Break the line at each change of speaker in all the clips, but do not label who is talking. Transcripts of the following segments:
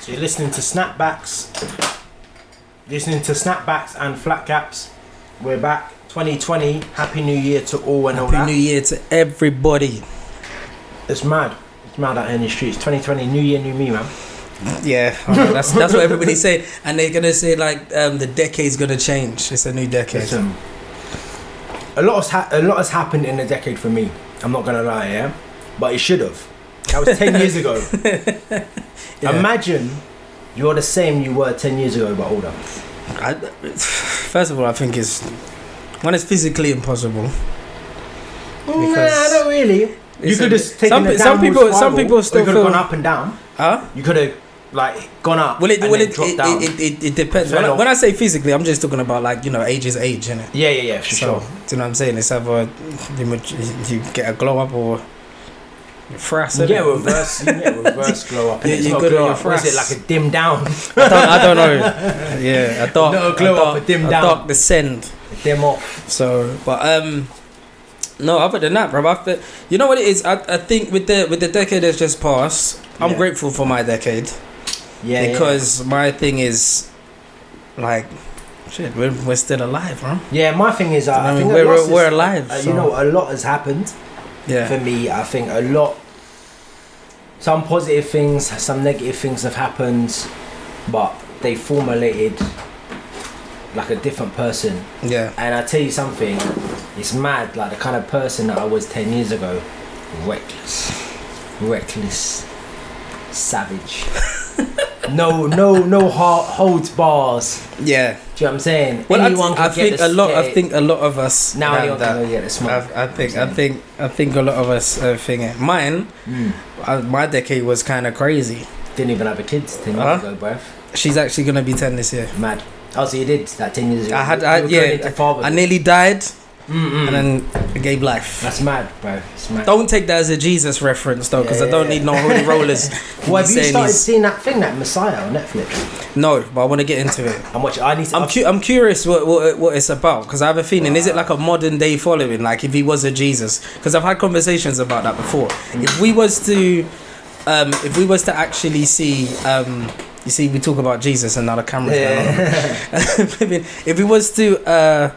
So you're listening to snapbacks, listening to snapbacks and flat caps. We're back. 2020. Happy New Year to all and all that.
Happy New Year to everybody.
It's mad. It's mad out here in the streets. 2020. New Year, new me, man.
Yeah, I know, that's that's what everybody say, and they're gonna say like um, the decade's gonna change. It's a new decade.
Listen, a lot has ha- a lot has happened in a decade for me. I'm not gonna lie, yeah, but it should have. That was ten years ago.
Yeah.
Imagine you're the same you were ten years ago, but older.
I, first of all, I think it's one is physically impossible.
nah, not really. You
It's
could
a-
have taken
some
a
pe- some
downward
people- some
spiral,
people
or you
still
could have
feel-
gone up and down.
Huh?
You could have like gone up.
Well, it
and
well
then
it
dropped
it,
down.
it, it, it depends.
Fell
When I,
off.
when I say physically, I'm just talking about like you know age is age, innit?
yeah, yeah, yeah, for
so,
sure.
do you know what I'm saying? It's either you, mat- you get a glow up or you frass. innit?
Yeah, reverse, yeah, reverse glow up.
You-
innit? It's
you
not
good
glow
on
up.
your
What is it
frass.
like a dim down,
I don't, I don't know. Yeah, a dark,
No,
a
glow up,
dark,
a dim down.
dark descent.
dim off?
So, but um, no. Other than that, bro, I feel, you know what it is. I, I think with the with the decade that's just passed, I'm
Yeah.
grateful for my decade
Yeah, yeah.
because my thing is like, shit, we're, we're still alive, bro.
Yeah, my thing is, uh, I,
I mean,
think a
we're-
lot is-
we're alive,
uh,
so-
You know, a lot has happened
Yeah,
for me. I think a lot. Some positive things, some negative things have happened, but they formulated like a different person.
yeah,
And I tell you something, it's mad. Like the kind of person that I was ten years ago, reckless, reckless, savage. no, no, no hard, holds bars.
yeah.
Do you know what I'm saying?
Well, I,
Anyone
th-
can get
I think
the
a lot. I
scare-
think a lot of us
now
have
anyone
that.
can get the smoke.
I, I think.
I'm
I think. I think a lot of us uh, think it. Mine.
Mm.
Uh, my decade was kind of crazy.
Didn't even have a kid ten
Huh?
years ago, bruv.
She's actually gonna be ten this year.
Mad. Oh, so you did that ten years ago.
I had-
You-
I-
you were going
yeah,
into father.
I nearly died,
Mm-mm.
and then I gave life.
That's mad, bro. It's mad.
Don't take that as a Jesus reference though, because I don't
Yeah.
need no holy rollers.
well, have you
saying
started
he's-
seeing that thing, that Messiah on Netflix?
No, but I want to get into it.
I'm watching. I need to.
I'm
I've-
cu- I'm curious what, what what it's about because I have a feeling is it like a modern day following like if he was a Jesus because I've had conversations about that before. If we was to um, if we was to actually see um, you see we talk about Jesus and now the cameras going on.
yeah.
Maybe if we was to uh,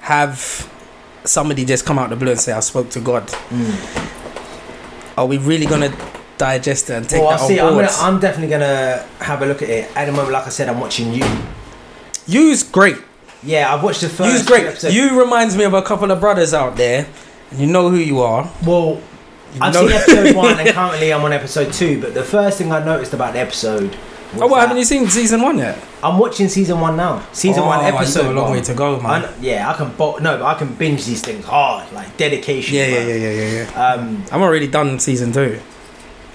have somebody just come out the blue and say I spoke to God,
Mm.
are we really gonna digest it and take
Well, I'll
that
Oh, see.
on
I'm,
board?
gonna, I'm definitely gonna have a look at it. At the moment, like I said, I'm watching you.
You's great.
Yeah, I've watched the first.
You's
few
great.
episodes.
You reminds me of a couple of brothers out there, and you know who you are.
Well,
You
I've
know-
seen episode one, and currently I'm on episode two. But the first thing I noticed about the episode. Was
Oh, what
that-
haven't you seen season one yet?
I'm watching season one now. Season
Oh,
one,
you got
episode
a long
one.
way to go, man.
I kn- yeah, I can bo- no, but I can binge these things hard, like dedication.
Yeah, yeah,
man.
yeah, yeah, yeah, yeah.
Um,
I'm already done season two.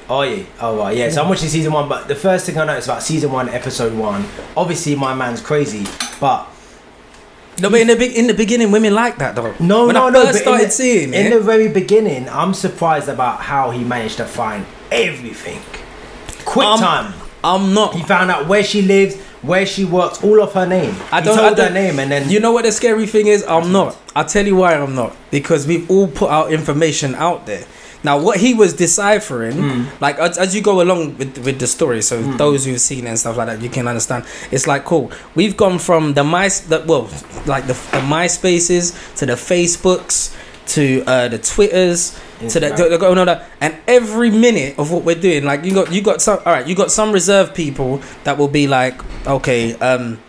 oh yeah, oh right, yeah. So I'm watching season one, but the first thing I noticed about season one, episode one, obviously my man's crazy, but
No, but in the big in the beginning, women like that though.
no,
when
no,
I
no.
first
but
started
in the,
seeing
in
it,
the very beginning, I'm surprised about how he managed to find everything. Quick
Um,
time,
I'm not.
he found out where she lives, where she works, all of her name.
I
He
don't- I
told her
don't-
name, and then
You know what the scary thing is? I'm not. I'll tell you why I'm not. Because we've all put our information out there. Now, what he was deciphering, like as, as you go along with, with the story, so those who've seen it and stuff like that, you can understand. It's like cool. We've gone from the my the, well, like the the MySpaces to the Facebooks to uh, the Twitters to the,
Instagram.
to the going on that, and every minute of what we're doing, like you got you got some all right, you got some reserved people that will be like, okay, um,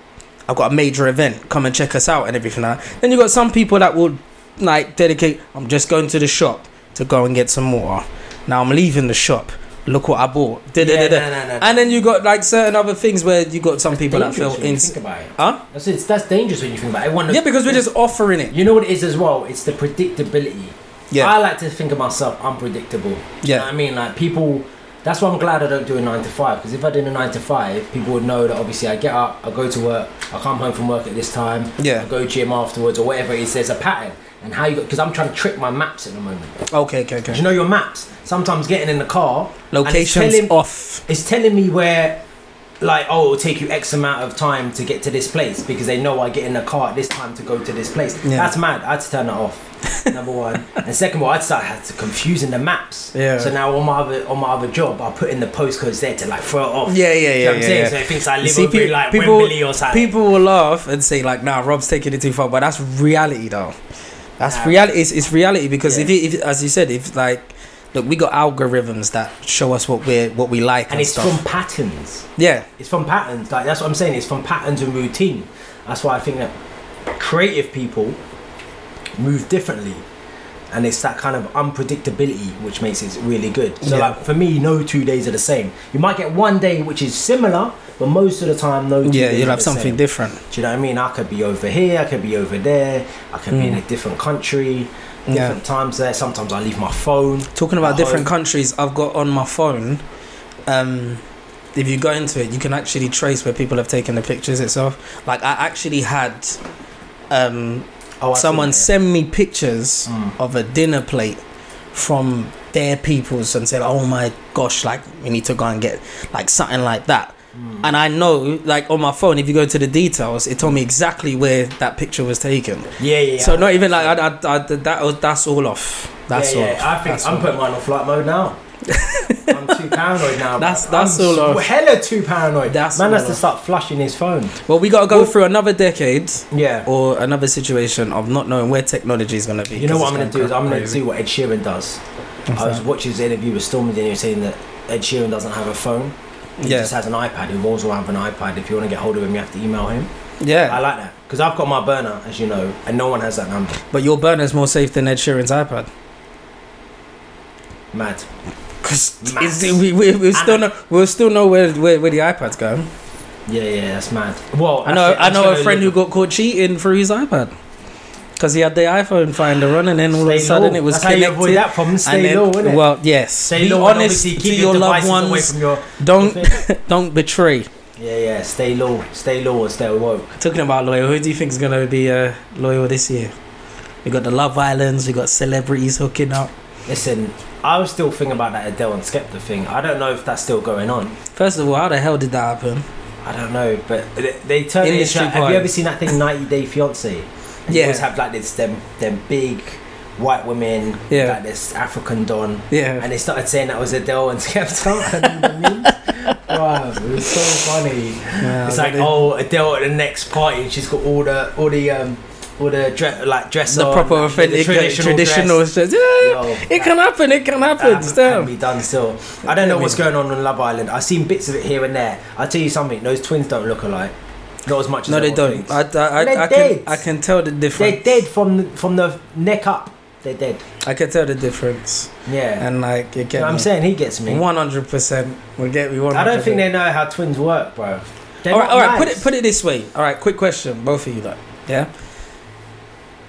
I've got a major event, come and check us out and everything like that. Then you got some people that will like dedicate I'm just going to the shop to go and get some water. Now I'm leaving the shop. Look what I bought. Da, da,
Yeah,
da, da.
no, no, no.
And then you got like certain other things where you got some people that
dangerous
feel
when you
in
think about it.
Huh?
That's, it's, that's dangerous when you think about it. Everyone-
Yeah, because we're just offering it.
You know what it is as well? It's the predictability.
Yeah.
I like to think of myself unpredictable. You
Yeah.
know what I mean, like people. That's why I'm glad I don't do a nine to five. Because if I did a nine to five, people would know that obviously I get up, I go to work, I come home from work at this time,
Yeah.
I go gym afterwards or whatever it is. There's a pattern. And how you go? Because I'm trying to trick my maps at the moment.
Okay, okay,
Do you
okay.
know your maps? Sometimes getting in the car, and it's
Locations
telling-
off.
it's telling me where like oh it'll take you x amount of time to get to this place because they know i get in the car at this time to go to this place
Yeah.
that's mad i had to turn it off number one. and second of all, I started had to confusing the maps.
Yeah.
So now on my other on my other job, I put in the postcodes there to like throw it off.
Yeah, yeah, yeah.
You know what I'm
yeah,
saying?
yeah.
So it thinks I
You
live
see,
over
pe-
in, like
people-
Wembley or something.
People will laugh and say like, "Nah, Rob's taking it too far," but that's reality, though. That's
Nah.
reality. It's, it's reality because if,
Yeah.
you, if, as you said, if like, look, we got algorithms that show us what we are what we like and,
and it's
stuff.
from patterns.
yeah,
It's from patterns. Like that's what I'm saying. It's from patterns and routine. That's why I think that creative people move differently, and it's that kind of unpredictability which makes it really good. So
Yeah.
like for me, no two days are the same. You might get one day which is similar, but most of the time, no. Two
yeah,
days
you'll
are
have
the
something
same.
different.
Do you know what I mean? I could be over here, I could be over there, I could be in a different country,
Mm. Yeah.
different times there. Sometimes I leave my phone.
Talking about
At
different
home.
countries, I've got on my phone. Um, if you go into it, you can actually trace where people have taken the pictures itself. Like I actually had um,
Oh, I've seen
someone
it.
send me pictures
Mm.
of a dinner plate from their peoples and said, "Oh my gosh, like we need to go and get like something like that."
Mm.
And I know, like on my phone, if you go to the details, it told me exactly where that picture was taken.
yeah, yeah.
So
yeah.
not even like I, I, I, that was, that's all off. That's
yeah,
all.
yeah.
off.
I think
That's
I'm
all.
putting mine on flight mode now. I'm too paranoid now. bruv.
That's- that's
I'm
all
s-
off.
Hella too paranoid.
That's
Man
all
has to
off.
start flushing his phone.
Well, we gotta go
Well-
through another decade
Yeah.
or another situation of not knowing where technology is gonna be.
You know
'cause
what
it's
I'm gonna do is I'm gonna do what Ed Sheeran does. I was
crazy.
watching his interview with Stormy Daniels saying that Ed Sheeran doesn't have a phone. He
Yeah.
just has an iPad. He rolls around with an iPad. If you want to get hold of him, you have to email him. I
yeah,
like that because I've got my burner, as you know, and no one has that number.
but your burner's more safe than Ed Sheeran's iPad.
Mad.
Because
Mass.
we, we, we still
And-
know we'll still know where, where, where the iPad's going.
Yeah, yeah, that's mad. Well,
I know
that's it.
I
I'm
know
just
a
gonna
friend who
look-
got caught cheating through his iPad because he had the iPhone Finder run and then all of a
Stay
sudden
low.
it was
that's
connected.
How you avoid that problem. Stay
and then,
low, innit?
well, yes.
stay
Be
low. and
honest
obviously
to
keep
your loved
devices Away
ones.
from your
Don't don't betray.
Um, Yeah, yeah. Stay low. Stay low and stay woke.
Talking about loyal, who do you think is gonna be uh, loyal this year? We got the Love Islands. We got celebrities hooking up.
Listen, I was still thinking about that Adele and Skepta thing. I don't know if that's still going on.
First of all, how the hell did that happen?
I don't know, but they, they turned it into.
Industry
Have
vibe.
you ever seen that thing, 90 Day Fiance? And You
Yeah.
always have like this them them big white women,
Yeah.
like this African don,
Yeah.
and they started saying that was Adele and Skepta. and the memes. wow, it was so funny.
Yeah,
it's like
they-
oh Adele at the next party, and she's got all the all the um all the dre- like dress
the
on,
proper
the
authentic traditional,
dress.
shit. Yeah,
Yo,
it can happen. It can happen.
that
still.
can be done still. I don't know what's going on on Love Island. I've seen bits of it here and there. I'll tell you something, those twins don't look alike. Not as much as
No, they
everyone
don't.
thinks.
I, I,
They're
I, I
dead.
can I can tell the
They're
difference.
dead from the, from the neck up. They're dead.
I can tell the difference,
Yeah.
and like you
You
get
know what I'm saying? He gets me.
Uh, one hundred percent. We get we one.
I don't think they know how twins work, bro. They're
All right,
not
all right. Put
nice.
it put it this way. All right, quick question, both of you though. Yeah,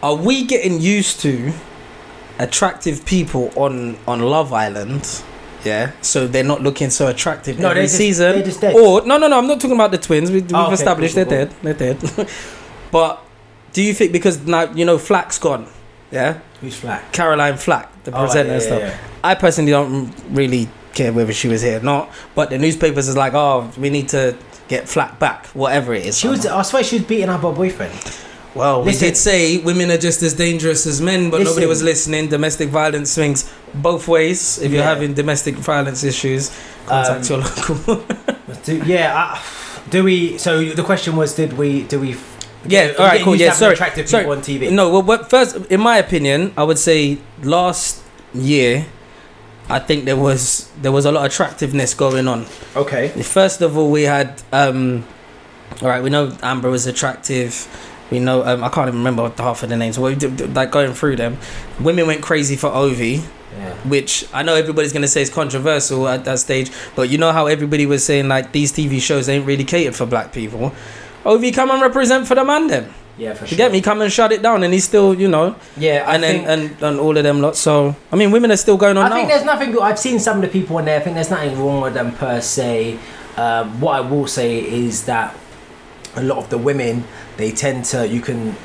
are we getting used to attractive people on on Love Island? Yeah, so they're not looking so attractive
No,
no,
they're
every
just-
season.
they're just dead.
Or no, no, no. I'm not talking about the twins. We, we've
Oh, okay,
established
cool,
they're
cool,
dead. They're dead. but do you think because now you know Flack's gone? Yeah,
Who's flat?
Caroline Flack, the
Oh,
presenter
yeah,
and
yeah,
stuff.
yeah.
I personally don't really care whether she was here or not, but the newspapers is like, oh, we need to get flat back, whatever it is.
She was. I swear she was beating up her boyfriend.
well, we
Listen.
did say women are just as dangerous as men, but nobody
Listen.
was listening. Domestic violence swings both ways. If you're
Yeah. Um,
having domestic violence issues, contact your local.
Do, yeah. I, do we? So the question was, did we? Do we?
Yeah,
are we
all right,
getting
cool,
used
yeah,
to having
sorry,
Attractive
sorry.
people on TV.
no, well, but first, in my opinion, I would say last year, I think there was there was a lot of attractiveness going on.
Okay.
First of all, we had. Um, all right, we know Amber was attractive. We know um, I can't even remember half of the names. Well, d- d- like going through them, women went crazy for Ovi,
Yeah.
which I know everybody's gonna say is controversial at that stage. But you know how everybody was saying like these TV shows ain't really catered for black people. Ovi, come and represent for the man. Then
Yeah, for
you
sure.
get me? Come and shut it down, and he's still you know,
Yeah, I
and then uh,
think,
and, and all of them lot. So I mean, women are still going on
I
now.
think there's nothing. I've seen some of the people in there. I think there's nothing wrong with them per se. Um, what I will say is that a lot of the women, they tend to. You can.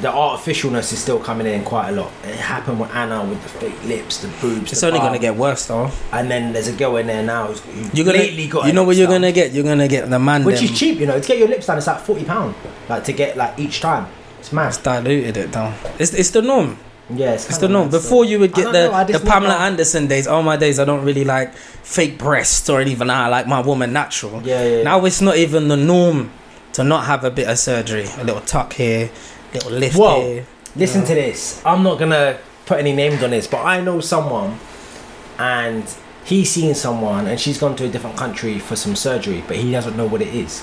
The artificialness is still coming in quite a lot. It happened with Anna with the fake lips, the boobs.
it's
the
only
bum,
gonna get worse though.
And then there's a girl in there now who's who
You're gonna,
lately got.
you
her
know what
lips
you're
done,
gonna get. You're gonna get the man.
Which
them.
is cheap, you know. To get your lips done, it's like forty pound. Like to get like each time. It's mad.
It's diluted it down. It's, it's the norm.
Yeah, it's,
It's
kinda
the norm.
mad stuff.
Before you would
I
get
don't
the,
know, I
the
just
Pamela
know-
Anderson days. All my days, I don't really like fake breasts or even I like my woman natural.
Yeah, yeah. yeah.
Now it's not even the norm to not have a bit of surgery, a little tuck here, little lift
Whoa.
here.
Listen
Yeah.
to this. I'm not gonna put any names on this, but I know someone, and he's seen someone, and she's gone to a different country for some surgery, but he doesn't know what it is,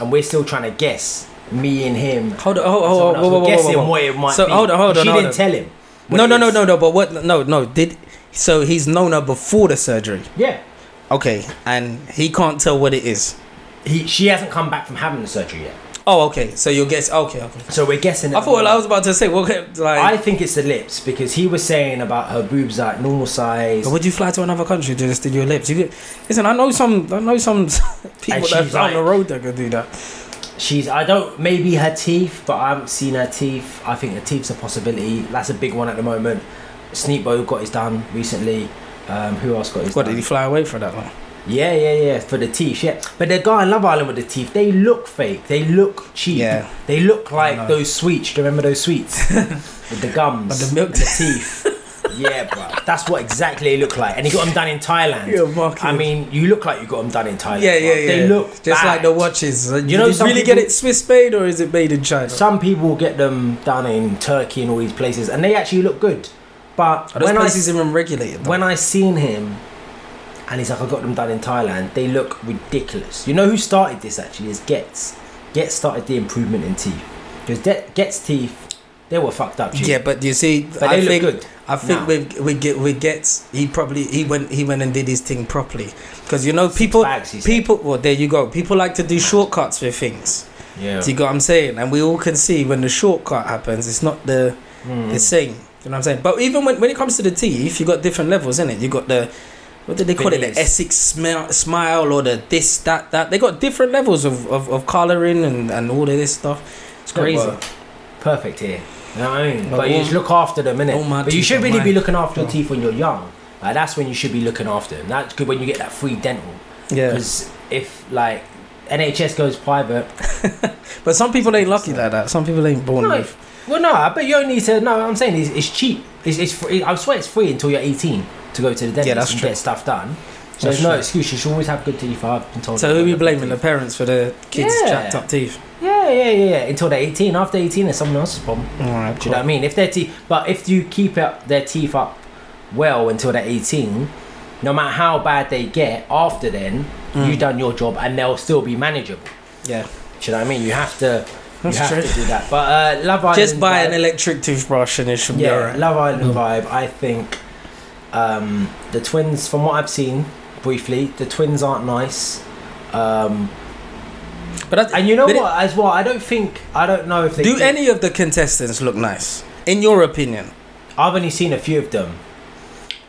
and we're still trying to guess. Me and him.
Hold on, hold on,
someone else.
hold on, Oh, whoa, whoa,
We're
whoa,
guessing
whoa, whoa.
what it might
So,
be.
hold on, hold on,
She
hold
didn't
on.
tell him. what
No,
it
no, no,
is.
no, no. But what? No, no. Did so he's known her before the surgery.
Yeah,
Okay, and he can't tell what it is.
he, she hasn't come back from having the surgery yet,
Oh, okay. So you'll guess. Okay, okay.
so we're guessing.
I
at the
thought I
moment.
was about to say. Well, okay,
I
like,
think it's the lips because he was saying about her boobs like normal size.
would you fly to another country to just do your lips? You get, listen, I know some. I know some people
she's
that's on
like-
the road that could do that.
She's I don't maybe her teeth, but I haven't seen her teeth. I think her teeth's a possibility. That's a big one at the moment. Sneakbo got his done recently. Um, who else got his
What
done?
did he fly away for that one?
yeah, yeah, yeah. For the teeth, yeah. But the guy in Love Island with the teeth, they look fake. They look cheap.
Yeah.
They look like
know.
those sweets. Do you remember those sweets? with the gums.
But the milk-
the teeth. yeah, bro. That's what exactly they look like. And he got them done in Thailand.
You're marking.
I mean, you look like you got them done in Thailand.
yeah, yeah,
bruv.
yeah.
They look
just like the
bad.
watches. Uh, You,
You know
know,
some
really
people-
get it Swiss made or is it made in China?
Some people get them done in Turkey and all these places, and they actually look good. But
Are those
when I
places even regulated? though?
when I seen him, and he's like, I got them done in Thailand. They look ridiculous. You know who started this actually is Getz. Getz started the improvement in teeth because Getz teeth they were fucked up. G.
yeah, but you see,
but
I
they
think
look good.
I think
Nah.
with we get we gets he probably he went he went and did his thing properly because you know people
bags, he said.
people well there you go people like to do shortcuts with things.
Yeah.
Do you get what I'm saying? And we all can see when the shortcut happens, it's not the
Mm.
the same. You know what I'm saying? But even when, when it comes to the teeth, you got different levels, in it. You got the what did they call it?
Veneers.
The Essex smile, smile, or the this, that, that. They got different levels of of, of colouring and and all of this stuff. It's
Yeah,
crazy.
but Perfect here. You know what I mean?
But
But, you
all-
just look after them,
all my
innit? But you
teeth
should
are
really be
mine.
looking after your
Yeah.
teeth when you're young. Like that's when you should be looking after them. That's good when you get that free dental.
Yeah.
Because if like NHS goes private,
But some people ain't lucky like that. Some people ain't born
uh, No.
with.
well, no, I bet you only need to. No, I'm saying it's, it's cheap. It's, it's free. I swear it's free until you're 18 to go to the dentist
Yeah, that's
and
true.
get stuff done. So
That's
there's no
true.
excuse. You should always have good teeth. I've been told.
So
that
who
I've
we
got good
blaming? The
teeth.
parents for the kids'
Yeah.
jacked up teeth.
Yeah, yeah, yeah, yeah. Until they're 18. After 18, it's someone else's problem.
All right,
Do you know what I mean? If their teeth, but if you keep up their teeth up well until they're 18, no matter how bad they get after then,
Mm.
you've done your job and they'll still be manageable.
Yeah.
Do you know what I mean? You have to,
That's
you have
true.
to do that. But uh, Love Island,
Just buy an
vibe-
electric toothbrush and it should be
yeah,
alright.
Love Island vibe. I think um, the twins, from what I've seen briefly, the twins aren't nice. Um,
But that's,
and you know
but it-
what? As well, I don't think I don't know if they
do
did-
any of the contestants look nice in your opinion?
I've only seen a few of them.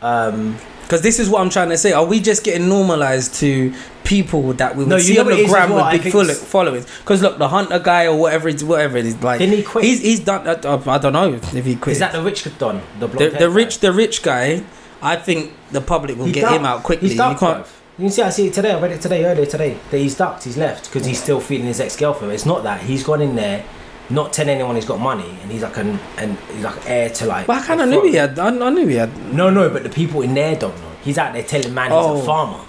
Um,
Because this is what I'm trying to say. Are we just getting normalized to people that we would
No, you
see
know
on
what it
the
is
gram
as well, I
with big
think
follow-
it's-
followings? Because look, the hunter guy or whatever it's whatever it is like
Didn't he quit?
he's he's done. I, I- I don't know if he quit.
is that the rich don? The,
the,
blonde
the rich the rich guy? I think the public will
He
get
ducked.
him out quickly.
He's ducked.
you can't.
bruv. You can see, I see it today. I read it today, earlier today. That he's ducked. He's left because he's still feeding his ex-girlfriend. It's not that he's gone in there, not telling anyone he's got money, and he's like an and he's like heir to like.
But I kind
the
of knew he
throne.
had. I, I knew he had.
No, no, but the people in there don't know. He's out there telling man he's
Oh.
a farmer.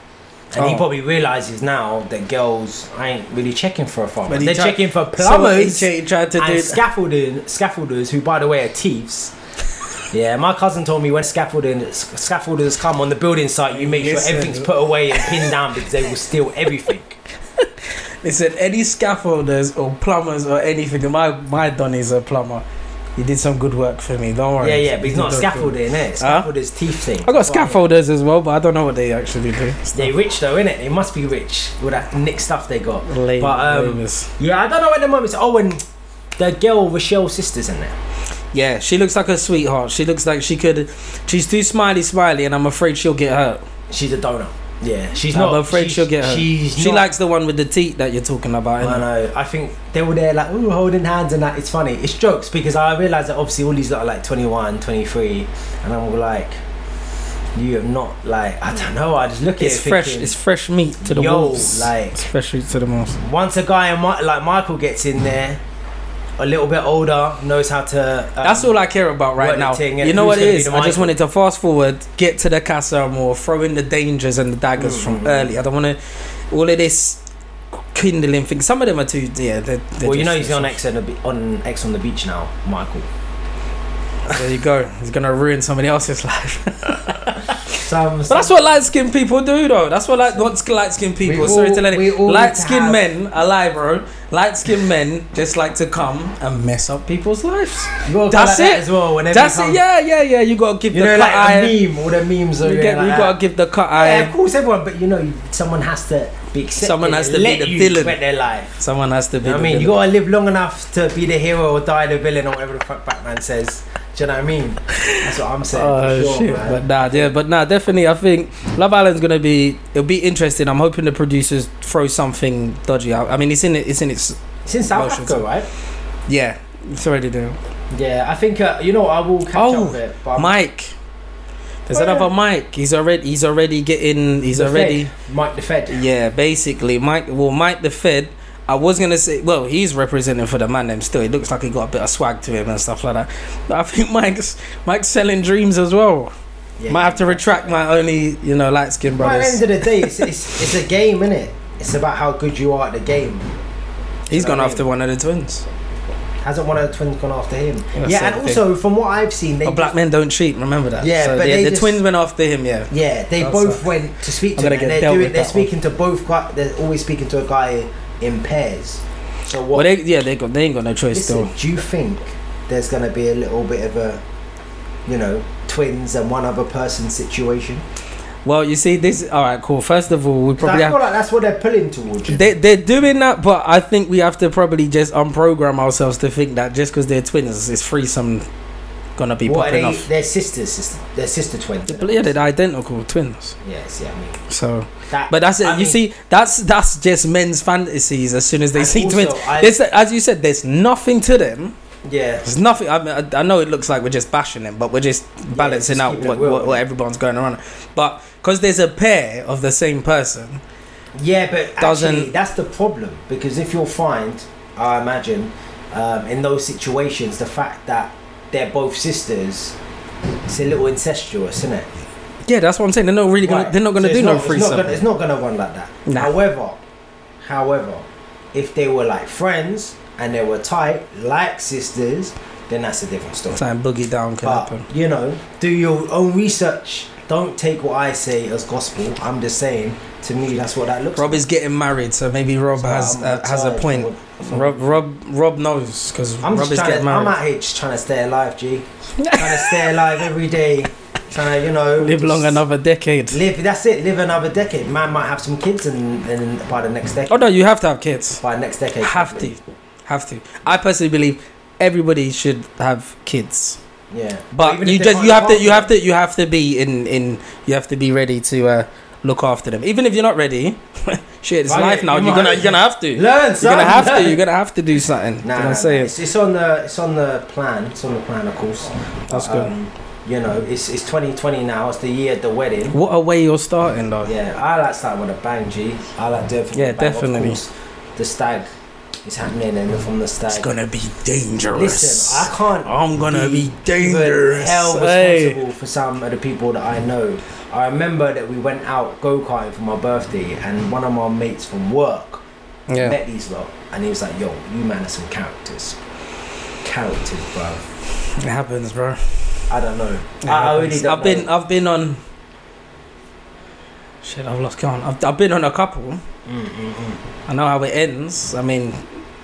And he
Oh.
probably realizes now that girls ain't really checking for a farmer.
But he
They're
tried-
checking for
So what he
plumbers
cha- he tried to
and
do.
scaffolding, scaffolders, who by the way are thieves. yeah, my cousin told me when scaffolding sc- scaffolders come on the building site, you make
Listen.
sure everything's put away and pinned down because they will steal everything.
They said any scaffolders or plumbers or anything. My my Don is a plumber. He did some good work for me. Don't worry.
yeah, yeah, but it's not
He did good.
scaffolding, eh? Scaffolders thief thing.
I got scaffolders as well, but I don't know what they actually do.
They rich though, innit? They must be rich with that nick stuff they got.
Lame,
but um,
lamest.
Yeah, I don't know at the moment. Oh, and the girl Rochelle's sister's in there.
yeah, she looks like a sweetheart. She looks like she could. She's too smiley, smiley, and I'm afraid she'll get hurt.
She's a donor. Yeah, she's
I'm
not.
afraid
she's-
she'll get hurt.
She's
she
not-
likes the one with the teeth that you're talking about.
I
innit?
know. I think they were there like, ooh, holding hands and that. It's funny. It's jokes because I realise that obviously all these lot are like 21, 23, and I'm all like, you have not like I don't know. I just look at
It's
it
fresh.
thinking,
it's fresh meat to the
yo,
wolves.
like
It's fresh meat to the wolves.
once a guy in my, like Michael gets in there, a little bit older, knows how to. um,
That's all I care about right
what
now.
the thing is,
you know
who's
what it
gonna be
is?
the
I just
Michael?
wanted to fast forward, get to the Casa Amor, throw in the dangers and the daggers from early. I don't want to. All of this kindling thing. Some of them are too. Yeah. They're, they're
Well, you know he's
just-
on X on, the be- on X on the beach now, Michael.
There you go. He's going to ruin somebody else's life.
Some,
But that's what light skinned people do, though. That's what light, what's light skinned people.
We
Sorry
all-
to let
we
it.
all need to
Light skinned
have-
men, a lie, bro. Light skinned men just like to come and mess up people's lives.
You gotta go
That's
like that
it.
as well. Whenever
That's
you come-
it. Yeah, yeah, yeah. You got to give
You
the
know,
cut
like
eye.
a meme, all the memes are
You,
yeah,
get,
like
you
that.
gotta give the cut eye.
Yeah, of course, everyone. But you know, you- someone has to be accepted.
Someone has to
and
be
let
the
you
villain.
sweat their life.
Someone has to be.
You know what I
the
mean, you
villain.
gotta live long enough to be the hero or die the villain or whatever the fuck Batman says. Do you know what I mean? That's what I'm saying.
Oh
for sure,
shit!
man.
But nah, yeah, but nah, definitely. I think Love Island's gonna be. It'll be interesting. I'm hoping the producers throw something dodgy out. I mean, it's in it. It's in its.
It's in South
Motion
Africa, right?
Yeah, it's already there.
Yeah, I think uh, you know I will catch
Oh,
up with it. But
Mike. There's
Oh, yeah.
another Mike. He's already. He's already getting. He's
The
already.
Fed, Mike the Fed.
Yeah, basically, Mike. Well, Mike the Fed. I was gonna say, well, he's representing for the man. Them still, it looks like he got a bit of swag to him and stuff like that. But I think Mike's Mike's selling dreams as well.
Yeah.
Might have to retract my only, you know, light skin
But at the
brothers.
end of the day, it's, it's, it's a game, isn't it? It's about how good you are at the game.
He's gone
I mean-
after one of the twins.
Hasn't one of the twins gone after him?
That's
yeah, and
the thing.
also from what I've seen, they
Oh, black men don't cheat. Remember that.
Yeah,
So,
but
yeah,
they
the
just-
twins went after him. Yeah.
Yeah, they
That's
both went to speak
I'm
to
gonna
him, and
get
they're
dealt
doing.
with
They're
that one.
speaking to both. qui- They're always speaking to a guy in pairs. So what?
Well, they, yeah, they got they ain't got no choice
listen,
still.
do you think there's gonna be a little bit of a, you know, twins and one other person situation?
Well, you see, this. All right, cool. First of all, we
'Cause I
probably
feel
have.
like that's what they're pulling towards. You.
They, they're doing that, but I think we have to probably just unprogram ourselves to think that just because they're twins, it's threesome gonna be
what are
popping
they?
off.
They're sisters. sister- They're sister twins.
But yeah, they're identical twins.
Yes, yeah, I mean,
So,
that,
but that's it.
I
you
mean,
see, that's that's just men's fantasies. As soon as they
And
see
also,
twins,
I-
There's- as you said, there's nothing to them.
yeah,
There's nothing. I, mean, I, I know it looks like we're just bashing them, but we're just balancing
just
out
keeping it
what,
real,
what, what
yeah.
everyone's going around. But because there's a pair of the same person,
Yeah, but actually,
Doesn't-
that's the problem because if you'll find, I imagine, um, in those situations, the fact that they're both sisters, it's a little incestuous, isn't it?
yeah, that's what I'm saying. They're not really gonna.
Right.
They're not
So
gonna
it's
do no
it's not gonna-
threesome.
It's not gonna run like that.
Nah.
However, however, if they were like friends and they were tight, like sisters, then that's a different story.
Time boogie down can
But
happen.
you know, do your own research. Don't take what I say as gospel. I'm just saying. To me, that's what that looks.
Rob
like.
is getting married, so maybe Rob
So
has
I'm
uh, has a
tired
point.
of- of-
Rob Rob Rob knows because
I'm
Rob
just
is
trying
getting
to, I'm
married.
out here just trying to stay alive, G. trying to stay alive every day. Trying to, you know,
Live long
just
another decade.
Live. That's it. Live another decade. Man might have some kids, and, and by the next decade,
Oh no, you have to have kids.
by next decade,
Have to,
probably.
have to. I personally believe everybody should have kids.
Yeah.
But
even
you
if they
just
can't
you have to
afford
you have to you have to be in in you have to be ready to uh, look after them. Even if you're not ready, shit, it's
Right,
life now.
you
You're
might-
gonna you're gonna have to.
it.
You're
learn. Son,
gonna have to.
learn.
You're gonna have to do something.
Nah,
you know
nah,
what I'm
nah.
saying?
It's, it's on the it's on the plan. It's on the plan, of course.
That's
But,
good.
Um, you know, it's it's 2020 now. It's the year of the wedding.
What a way you're starting though.
Yeah, I like starting with a bang, G. I like doing from
Yeah,
the bang. Of
definitely.
course, the stag is happening, and from the
It's
stag.
gonna be dangerous.
Listen, I can't.
I'm gonna be
even
dangerous.
Hell
Hey.
responsible for some of the people that I know. I remember that we went out go karting for my birthday, and one of my mates from work
Yeah.
met these lot, and he was like, "Yo, you man are some characters, characters, bro."
It happens, bro. It
I don't know. I, I
happens.
really don't
I've been
know.
I've been on shit, I've lost count. I've I've been on a couple.
Mm, mm, mm.
I know how it ends. I mean,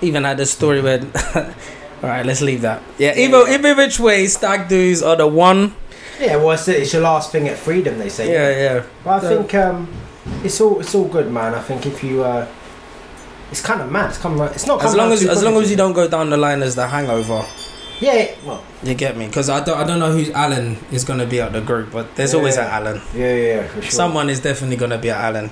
even had a story where. All right, let's leave that. Yeah,
Yeah,
either
yeah.
either which way, stag do's are the one.
Yeah, well, it's, it's your last thing at freedom, they say.
Yeah, yeah.
But I
So-
think um, it's all it's all good, man. I think if you, uh, it's kind of mad. It's come. It's not.
As
coming
long
out
as
too
as long
quickly.
as you don't go down the line as the hangover,
Yeah. Well.
you get me. Because I don't I don't know who's Alan is gonna be at the group, but there's always an
Yeah.
Alan.
Yeah, yeah, yeah, for sure.
Someone is definitely gonna be at Alan.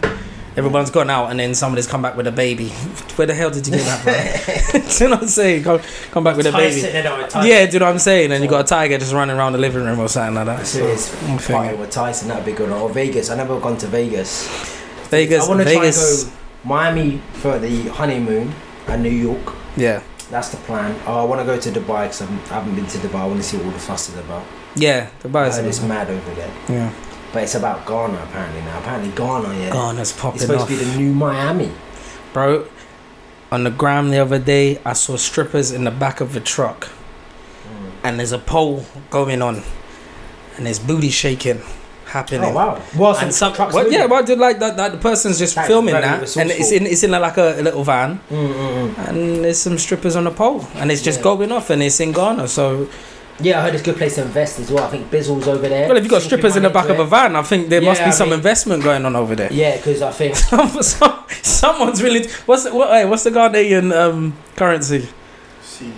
Everyone's gone out, and then somebody's come back with a baby. Where the hell did you get that from? do you know what I'm saying? Come, come back with a
Tyson,
baby.
they don't have Tyson.
Yeah, do you know what I'm saying? And you got a tiger just running around the living room or something like that.
It's, it's
I'm feeling
party with Tyson, that'd be good. Or Vegas. I never gone to Vegas.
Vegas,
I want to try and
Vegas.
go Miami for the honeymoon and New York.
Yeah.
that's the plan. Oh, I want to go to Dubai because I haven't been to Dubai. I want to see what all the fuss is about.
Yeah, the
I
bars.
heard it's mad over there,
Yeah,
but it's about Ghana apparently now. Apparently Ghana, yeah,
Ghana's
it's
popping
supposed
off,
to be the new Miami.
bro. On the gram the other day, I saw strippers in the back of a truck, and there's a pole going on, and there's booty shaking happening.
Oh wow! Well, some
And some,
trucks
well,
moving.
yeah, well, dude, like that, that the person's just
That is
filming
very
that, and it's in it's in a, like a, a little van,
Mm, mm, mm.
and there's some strippers on a pole, and it's just
Yeah.
going off, and it's in Ghana. So,
Yeah, I heard it's a good place to invest as well. I think Bizzle's over there.
well, if you got
Sinking
strippers in the
money
back of
into
a van, I think there must
Yeah,
be
I
some
mean-
investment going on over there.
it. yeah, because I think
Some, some, someone's really what's the, what, hey, what's the Ghanaian um, currency?
CDs.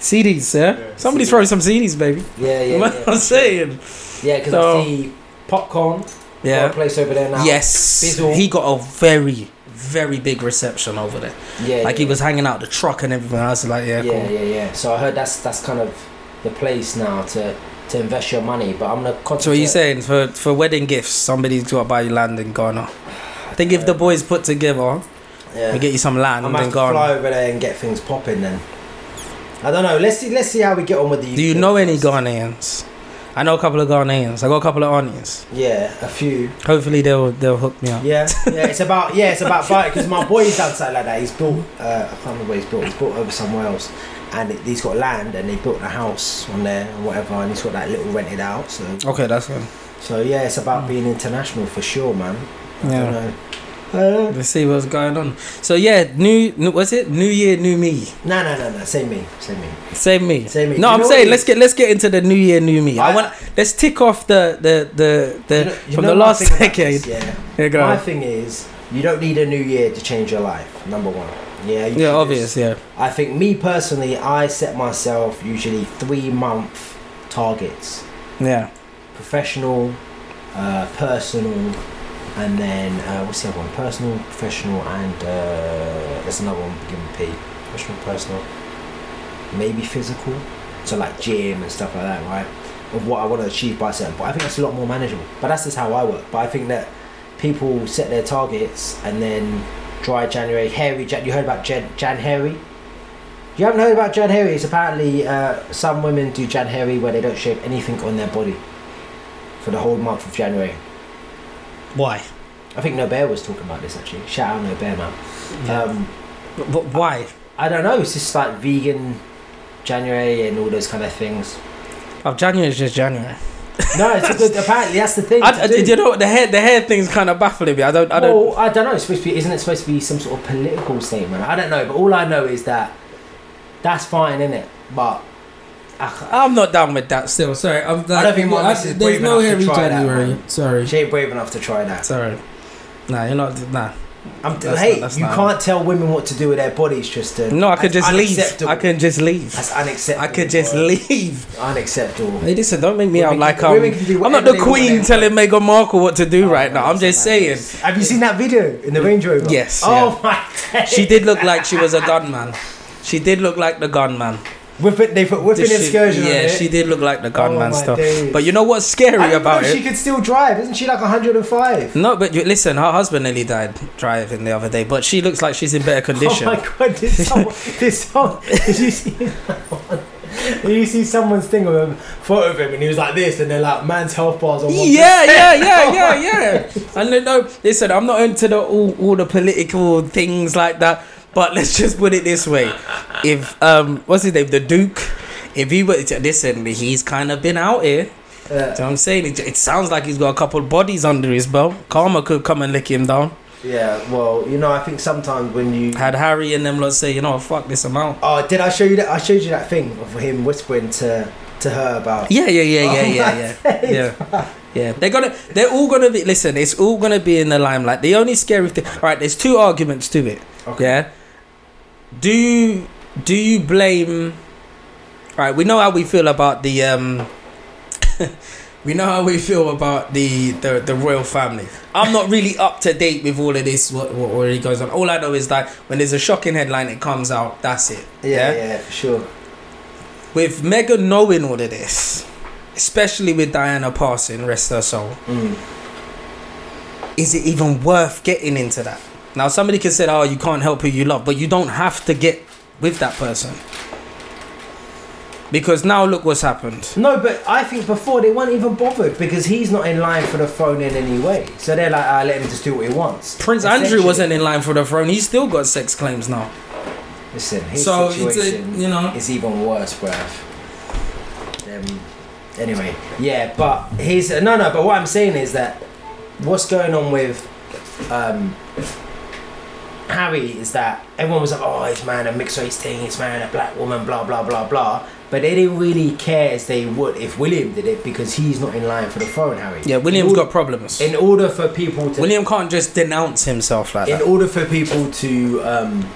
CDs, yeah.
Yeah.
Somebody
CDs.
throw some CDs, baby.
yeah, yeah,
what
yeah,
I'm saying,
yeah, because
So-
I see popcorn. Yeah,
yeah.
place over there now.
Yes,
Bizzle.
he got a very, very big reception over there.
yeah,
Like
yeah.
he was hanging out the truck and everything. I was like, yeah,
yeah,
cool.
yeah, yeah, So I heard that's that's kind of the place now to to invest your money. But I'm gonna concentrate.
So what are you saying for for wedding gifts? Somebody's got to buy you land in Ghana. I think if the boys put together,
Yeah.
we get you some land
I'm gonna
in
have to fly
Ghana.
over there and get things popping then. I don't know. Let's see. Let's see how we get on with the.
Do you know any Ghanaians? I know a couple of Ghanaians. I got a couple of aunties.
Yeah, a few.
Hopefully they'll they'll hook me up.
Yeah, yeah. It's about yeah. It's about bike because my boy's outside like that. He's built. Uh, I can't remember where he's built. He's built over somewhere else, and it, he's got land and they built a house on there and whatever. And he's got that little rented out. So
Okay, that's good.
so yeah, it's about being international for sure, man. I
Mm. Yeah.
don't know. Uh,
Let's see what's going on. So yeah, new new- what's it? New year, new me.
no, no, no, no. Same me. Same me.
Same me.
Same me.
No,
You
I'm
know
saying
what
let's
it
get let's get into the new year, new me. I
I-
want let's tick off the the the, the
You know- you
from
know
the
my
last
thing about
decade.
this, yeah.
Here you go.
My thing is, you don't need a new year to change your life. Number one. Yeah. you
yeah,
should
obvious. Yeah.
I think me personally, I set myself usually three month targets,
Yeah.
professional, uh, personal, and then uh, what's the other one? Personal, professional, and uh, there's another one beginning with P. Professional, personal, maybe physical. So like gym and stuff like that, right? Of what I want to achieve by a certain. But I think that's a lot more manageable. But that's just how I work. But I think that people set their targets and then dry January, hairy Jan. You heard about Jan, Jan Hairy? You haven't heard about Jan Hairy? It's apparently uh, some women do Jan Hairy where they don't shave anything on their body for the whole month of January.
Why?
I think No Bear was talking about this actually. Shout out No Bear man. Um,
But, but why?
I don't know. It's just like vegan January and all those kind of things.
Oh, January is just January.
No, it's a good. apparently, that's the thing.
I,
to
I,
do.
you know what, the hair the hair thing's kind of baffling me. I don't I don't.
Well, I don't know. It's supposed to be, isn't it supposed to be some sort of political statement? I don't know. But all I know is that that's fine, isn't it? But ah, I,
I'm not down with that still. Sorry, I'm.
I don't think my
Oh. I-
missus is
There's
brave
no
enough to
hairy
try that,
January.
man.
Sorry,
she ain't brave enough to try that.
sorry. Nah, you're not. Nah,
I'm,
That's
hey,
not- that's
you
not-
can't tell women what to do with their bodies, Tristan.
no. I could
That's
just leave.
unacceptable.
I can just leave.
That's unacceptable.
I could just
bro.
leave.
Unacceptable.
Hey, listen, don't make me
Women can-
out like
women can do
I'm. I'm not
whatever
the
they want
queen
there.
telling Meghan Markle what to do right
Oh,
now. I'm just saying.
Have you seen that video in the Range Rover?
Yes,
Oh my god.
She did look like she was a gunman. She did look like the gunman.
Whipping, they put whipping
She-
excursion on
yeah,
it. Oh
she did look like the gunman
my
stuff.
days.
But you know what's
I
scary
didn't
about
know
it?
She could still drive. Isn't she like 105?
No, but you, listen, her husband nearly died driving the other day, but she looks like she's in better condition.
Oh my god! Did someone? did, someone did you see? that one? Did you see someone's thing of him, photo of him, and he was like this, and they're like, "Man's health bars on." one
yeah, yeah,
Oh
yeah, yeah, yeah. And then, no, listen, I'm not into the all, all the political things like that. But let's just put it this way: if um, what's his name, the Duke, if he were to listen, he's kind of been out here.
Uh,
So I'm saying it, it sounds like he's got a couple bodies under his belt. Karma could come and lick him down.
yeah. Well, you know, I think sometimes when you
Had Harry and them lot say, you know, what, fuck this amount.
oh, did I show you that? I showed you that thing of him whispering to to her about
Yeah, yeah, yeah, yeah,
Oh my
yeah, yeah, yeah, yeah. They're gonna, they're all gonna be. Listen, it's all gonna be in the limelight. The only scary thing. All right, there's two arguments to it.
Okay.
Yeah. Do you do you blame? All right, we know how we feel about the um. we know how we feel about the the the royal family. I'm not really up to date with all of this. What what already goes on? All I know is that when there's a shocking headline, it comes out. That's it.
yeah, yeah, for sure.
With Megan knowing all of this, especially with Diana passing, rest her soul,
Mm.
is it even worth getting into that? Now, somebody can say, oh, you can't help who you love, but you don't have to get with that person. Because now look what's happened.
No, but I think before they weren't even bothered because he's not in line for the throne in any way. So they're like, I let him just do what he wants.
Prince Andrew
Essentially-
wasn't in line for the throne. He's still got sex claims now.
Listen, his
so it's a,
situation
you know.
is even worse, bruv. Um, anyway, yeah, but he's no, no. But what I'm saying is that what's going on with um, Harry is that everyone was like, "Oh, he's marrying a mixed race thing. He's marrying a black woman. Blah blah blah blah." But they didn't really care as they would if William did it because he's not in line for the throne, Harry.
Yeah, William's
In
got
order-
problems.
In order for people to
William can't just denounce himself like
in
that.
order for people to um,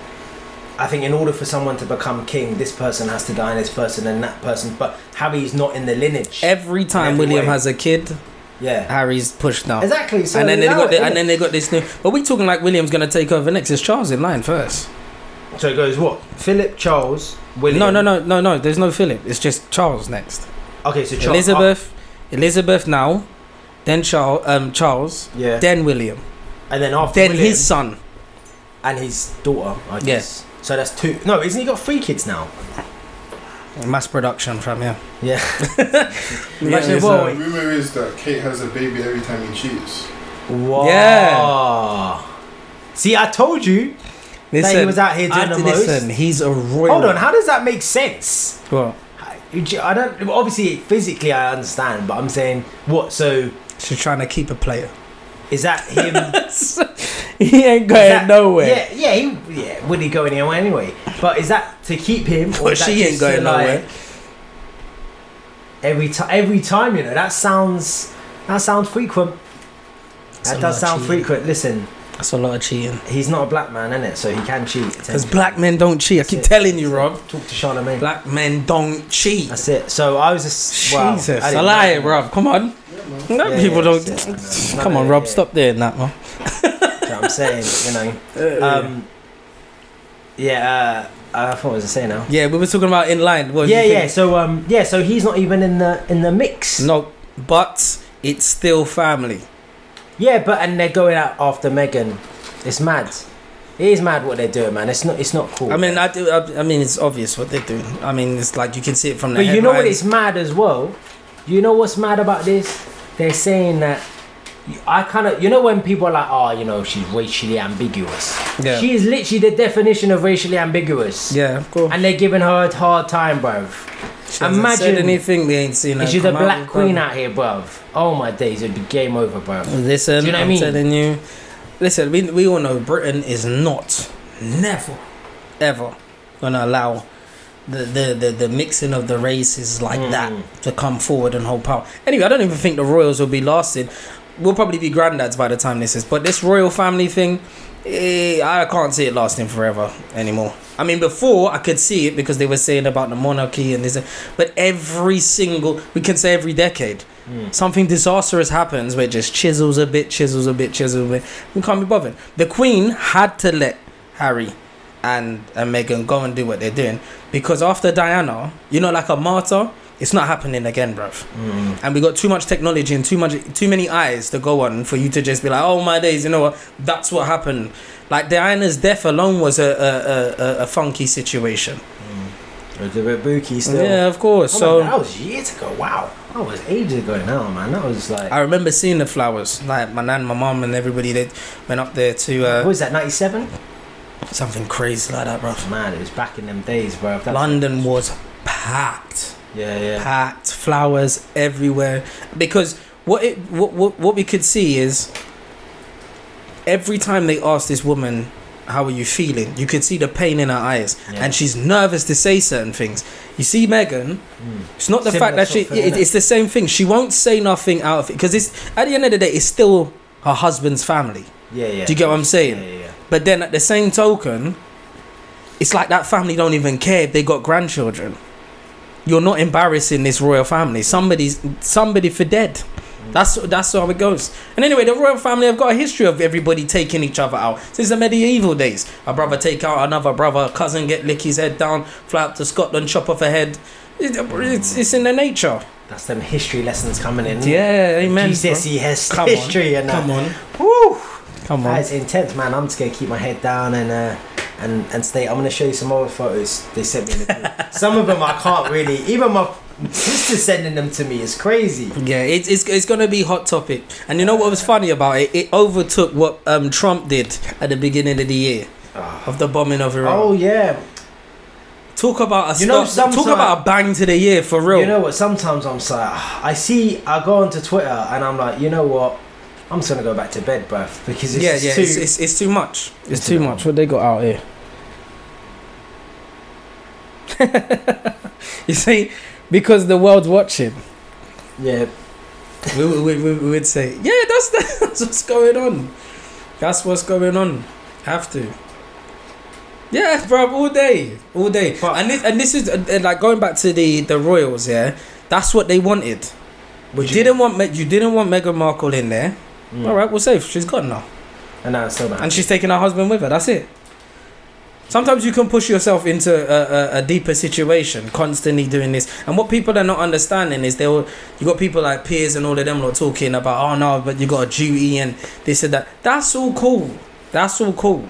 i think in order for someone to become king this person has to die and this person and that person but harry's not in the lineage
Every time
every
William
way.
has a kid,
yeah
Harry's pushed down.
exactly so
and then they
now
got the,
it-
and then they got this new. But we talking like William's gonna take over next. Is Charles in line first?
so it goes what philip charles william
No, no, no, no, no. There's no Philip. It's just Charles next.
okay so charles
Elizabeth, Elizabeth now, then Charles, um, Charles,
oh, yeah
then William,
and then after
then
William
his son.
and his daughter i guess so that's two no isn't he got three kids now
Mass production from him.
yeah
Yeah,
imagine
it's,
what
uh,
The rumor is that Kate has a baby every time he cheats.
wow see i told you that he was out here doing
I-
the most
listen, he's a royal.
hold on how does that make sense
Well,
I I don't. Obviously, physically, I understand, but I'm saying what? So
she's trying to keep a player.
is that him? is
he ain't going
that-
nowhere.
Yeah, yeah, he, yeah. Would he go anywhere anyway? But is that to keep him?
But
is that
she ain't
just
going
to,
nowhere.
every time, every time you know that sounds that sounds frequent.
That's
That
a
does
lot of
sound
cheating.
frequent. Listen,
That's a lot of cheating.
he's not a black man, innit? So he can cheat.
Because black men don't cheat. I keep
That's it.
telling you, Rob.
Talk to Charlemagne.
Black men don't cheat.
That's it. So I was just wow,
Jesus,
I
I,
didn't
lie,
know.
Rob. Come on.
Yeah, man.
No,
Yeah,
people
yeah,
don't.
that's it. I know.
Come on,
Yeah,
Rob.
yeah.
Stop doing that, man.
Do you know what I'm saying, you know.
Oh,
Um, yeah, uh, I thought I was gonna say now.
yeah, we were talking about in line. What do
Yeah,
you
yeah.
think?
So um, yeah, so he's not even in the in the mix.
No, but it's still family.
Yeah, but and they're going out after Megan. It's mad. It is mad what they're doing, man. It's not. It's not cool.
I mean,
man.
I do. I, I mean, it's obvious what they're doing. I mean, it's like you can see it from the.
but you know what?
headlines.
It's mad as well. You know what's mad about this? They're saying that. I kind of, you know, when people are like, "Oh, you know, she's racially ambiguous."
Yeah.
She is literally the definition of racially ambiguous.
Yeah, of course.
And they're giving her a hard time, bruv.
She hasn't said
imagine-
anything they ain't seen. her
If she's a
come out
black
with,
queen
bruv.
out here, bruv. Oh my days, it'd be game over, bruv.
Listen,
Do you know what I
I'm
mean?
telling you. Listen, we, we all know Britain is not, never, ever gonna allow the the, the, the mixing of the races like
Hmm.
that to come forward and hold power. Anyway, I don't even think the royals will be lasting. We'll probably be granddads by the time this is. But this royal family thing, eh, I can't see it lasting forever anymore. I mean, before I could see it because they were saying about the monarchy and this, but every single we can say every decade something disastrous happens where it just chisels a bit, chisels a bit, chisels a bit. We can't be bothered. The Queen had to let Harry and, and Meghan go and do what they're doing because after Diana, you know, like a martyr, it's not happening again, bruv. And we got too much technology and too much, too many eyes to go on for you to just be like, oh my days, you know what? That's what happened. Like Diana's death alone was a a, a, a- a funky situation. mm.
It's a bit booky
Yeah, of course. so.
that was years ago. Wow, that was ages ago now, man. That was like,
I remember seeing the flowers. Like my nan, my mom, and everybody that went up there to
what
uh,
was that? Ninety-seven? Oh,
something crazy like that, bro.
Man, it was back in them days, bruv. That's-
London was packed,
Yeah, yeah.
packed, flowers everywhere. Because what it what what, what we could see is every time they asked this woman. How are you feeling? You could see the pain in her eyes,
Yeah.
and she's nervous to say certain things. You see,
Mm.
Megan, It's not the
Similar
fact that
sort
she.
of thing,
it-
innit?
it's the same thing. She won't say nothing out of it because it's at the end of the day, it's still her husband's family.
yeah, yeah.
Do you get what I'm saying?
Yeah, yeah, yeah.
But then at the same token, it's like that family don't even care if they got grandchildren. You're not embarrassing this royal family. Somebody's somebody for dead. That's that's how it goes. And anyway, the royal family have got a history of everybody taking each other out since the medieval days. A brother take out another brother, a cousin get lick his head down, fly up to Scotland, chop off a head. It- It's, it's in their nature.
That's them history lessons coming in.
Yeah, amen. bro.
GCSE has
Come on,
history and that.
Come on,
Woo,
come on.
that is intense, man. I'm just gonna keep my head down and uh, and and stay. I'm gonna show you some other photos they sent me. In the group. some of them I can't really. Even my sister sending them to me is crazy.
Yeah, it, it's it's gonna be hot topic. And you know what was funny about it? It overtook what um, Trump did at the beginning of the year
Oh,
of the bombing of Iran.
yeah,
Talk about a
You know,
stop- talk
sometime-
about a bang to the year for real.
you know what? Sometimes I'm so I see I go onto Twitter and I'm like, you know what? I'm just gonna go back to bed, bruv, because it's
yeah,
just
yeah,
too.
it's, it's, it's too much. It's,
It's
too
too
much. What they got out here? you see, because the world's watching,
yeah,
we, we, we, we would say, yeah, that's that's what's going on. That's what's going on. Have to. Yeah, bro, all day, all day.
But-
and this and this is uh, uh, like going back to the the royals. Yeah, that's what they wanted. We
Would you-
didn't want Me- you didn't want Meghan Markle in there.
Mm.
All right, we're safe. She's gone now.
And now it's still not.
and she's taking her husband with her. That's it. Sometimes you can push yourself into a, a, a deeper situation, constantly doing this. And what people are not understanding is they will you got people like peers and all of them lot talking about, oh no, but you got a duty and this and that. That's all cool. That's all cool.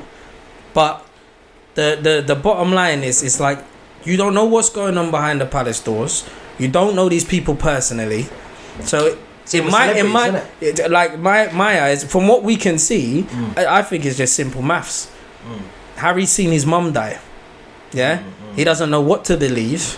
But the the, the bottom line is, it's like you don't know what's going on behind the palace doors. You don't know these people personally, so it,
See,
in
we're
my in
celebrities,
my it, like my my eyes, from what we can see,
Mm.
I, I think it's just simple maths.
Mm.
Harry's seen his mum die. Yeah? He doesn't know what to believe,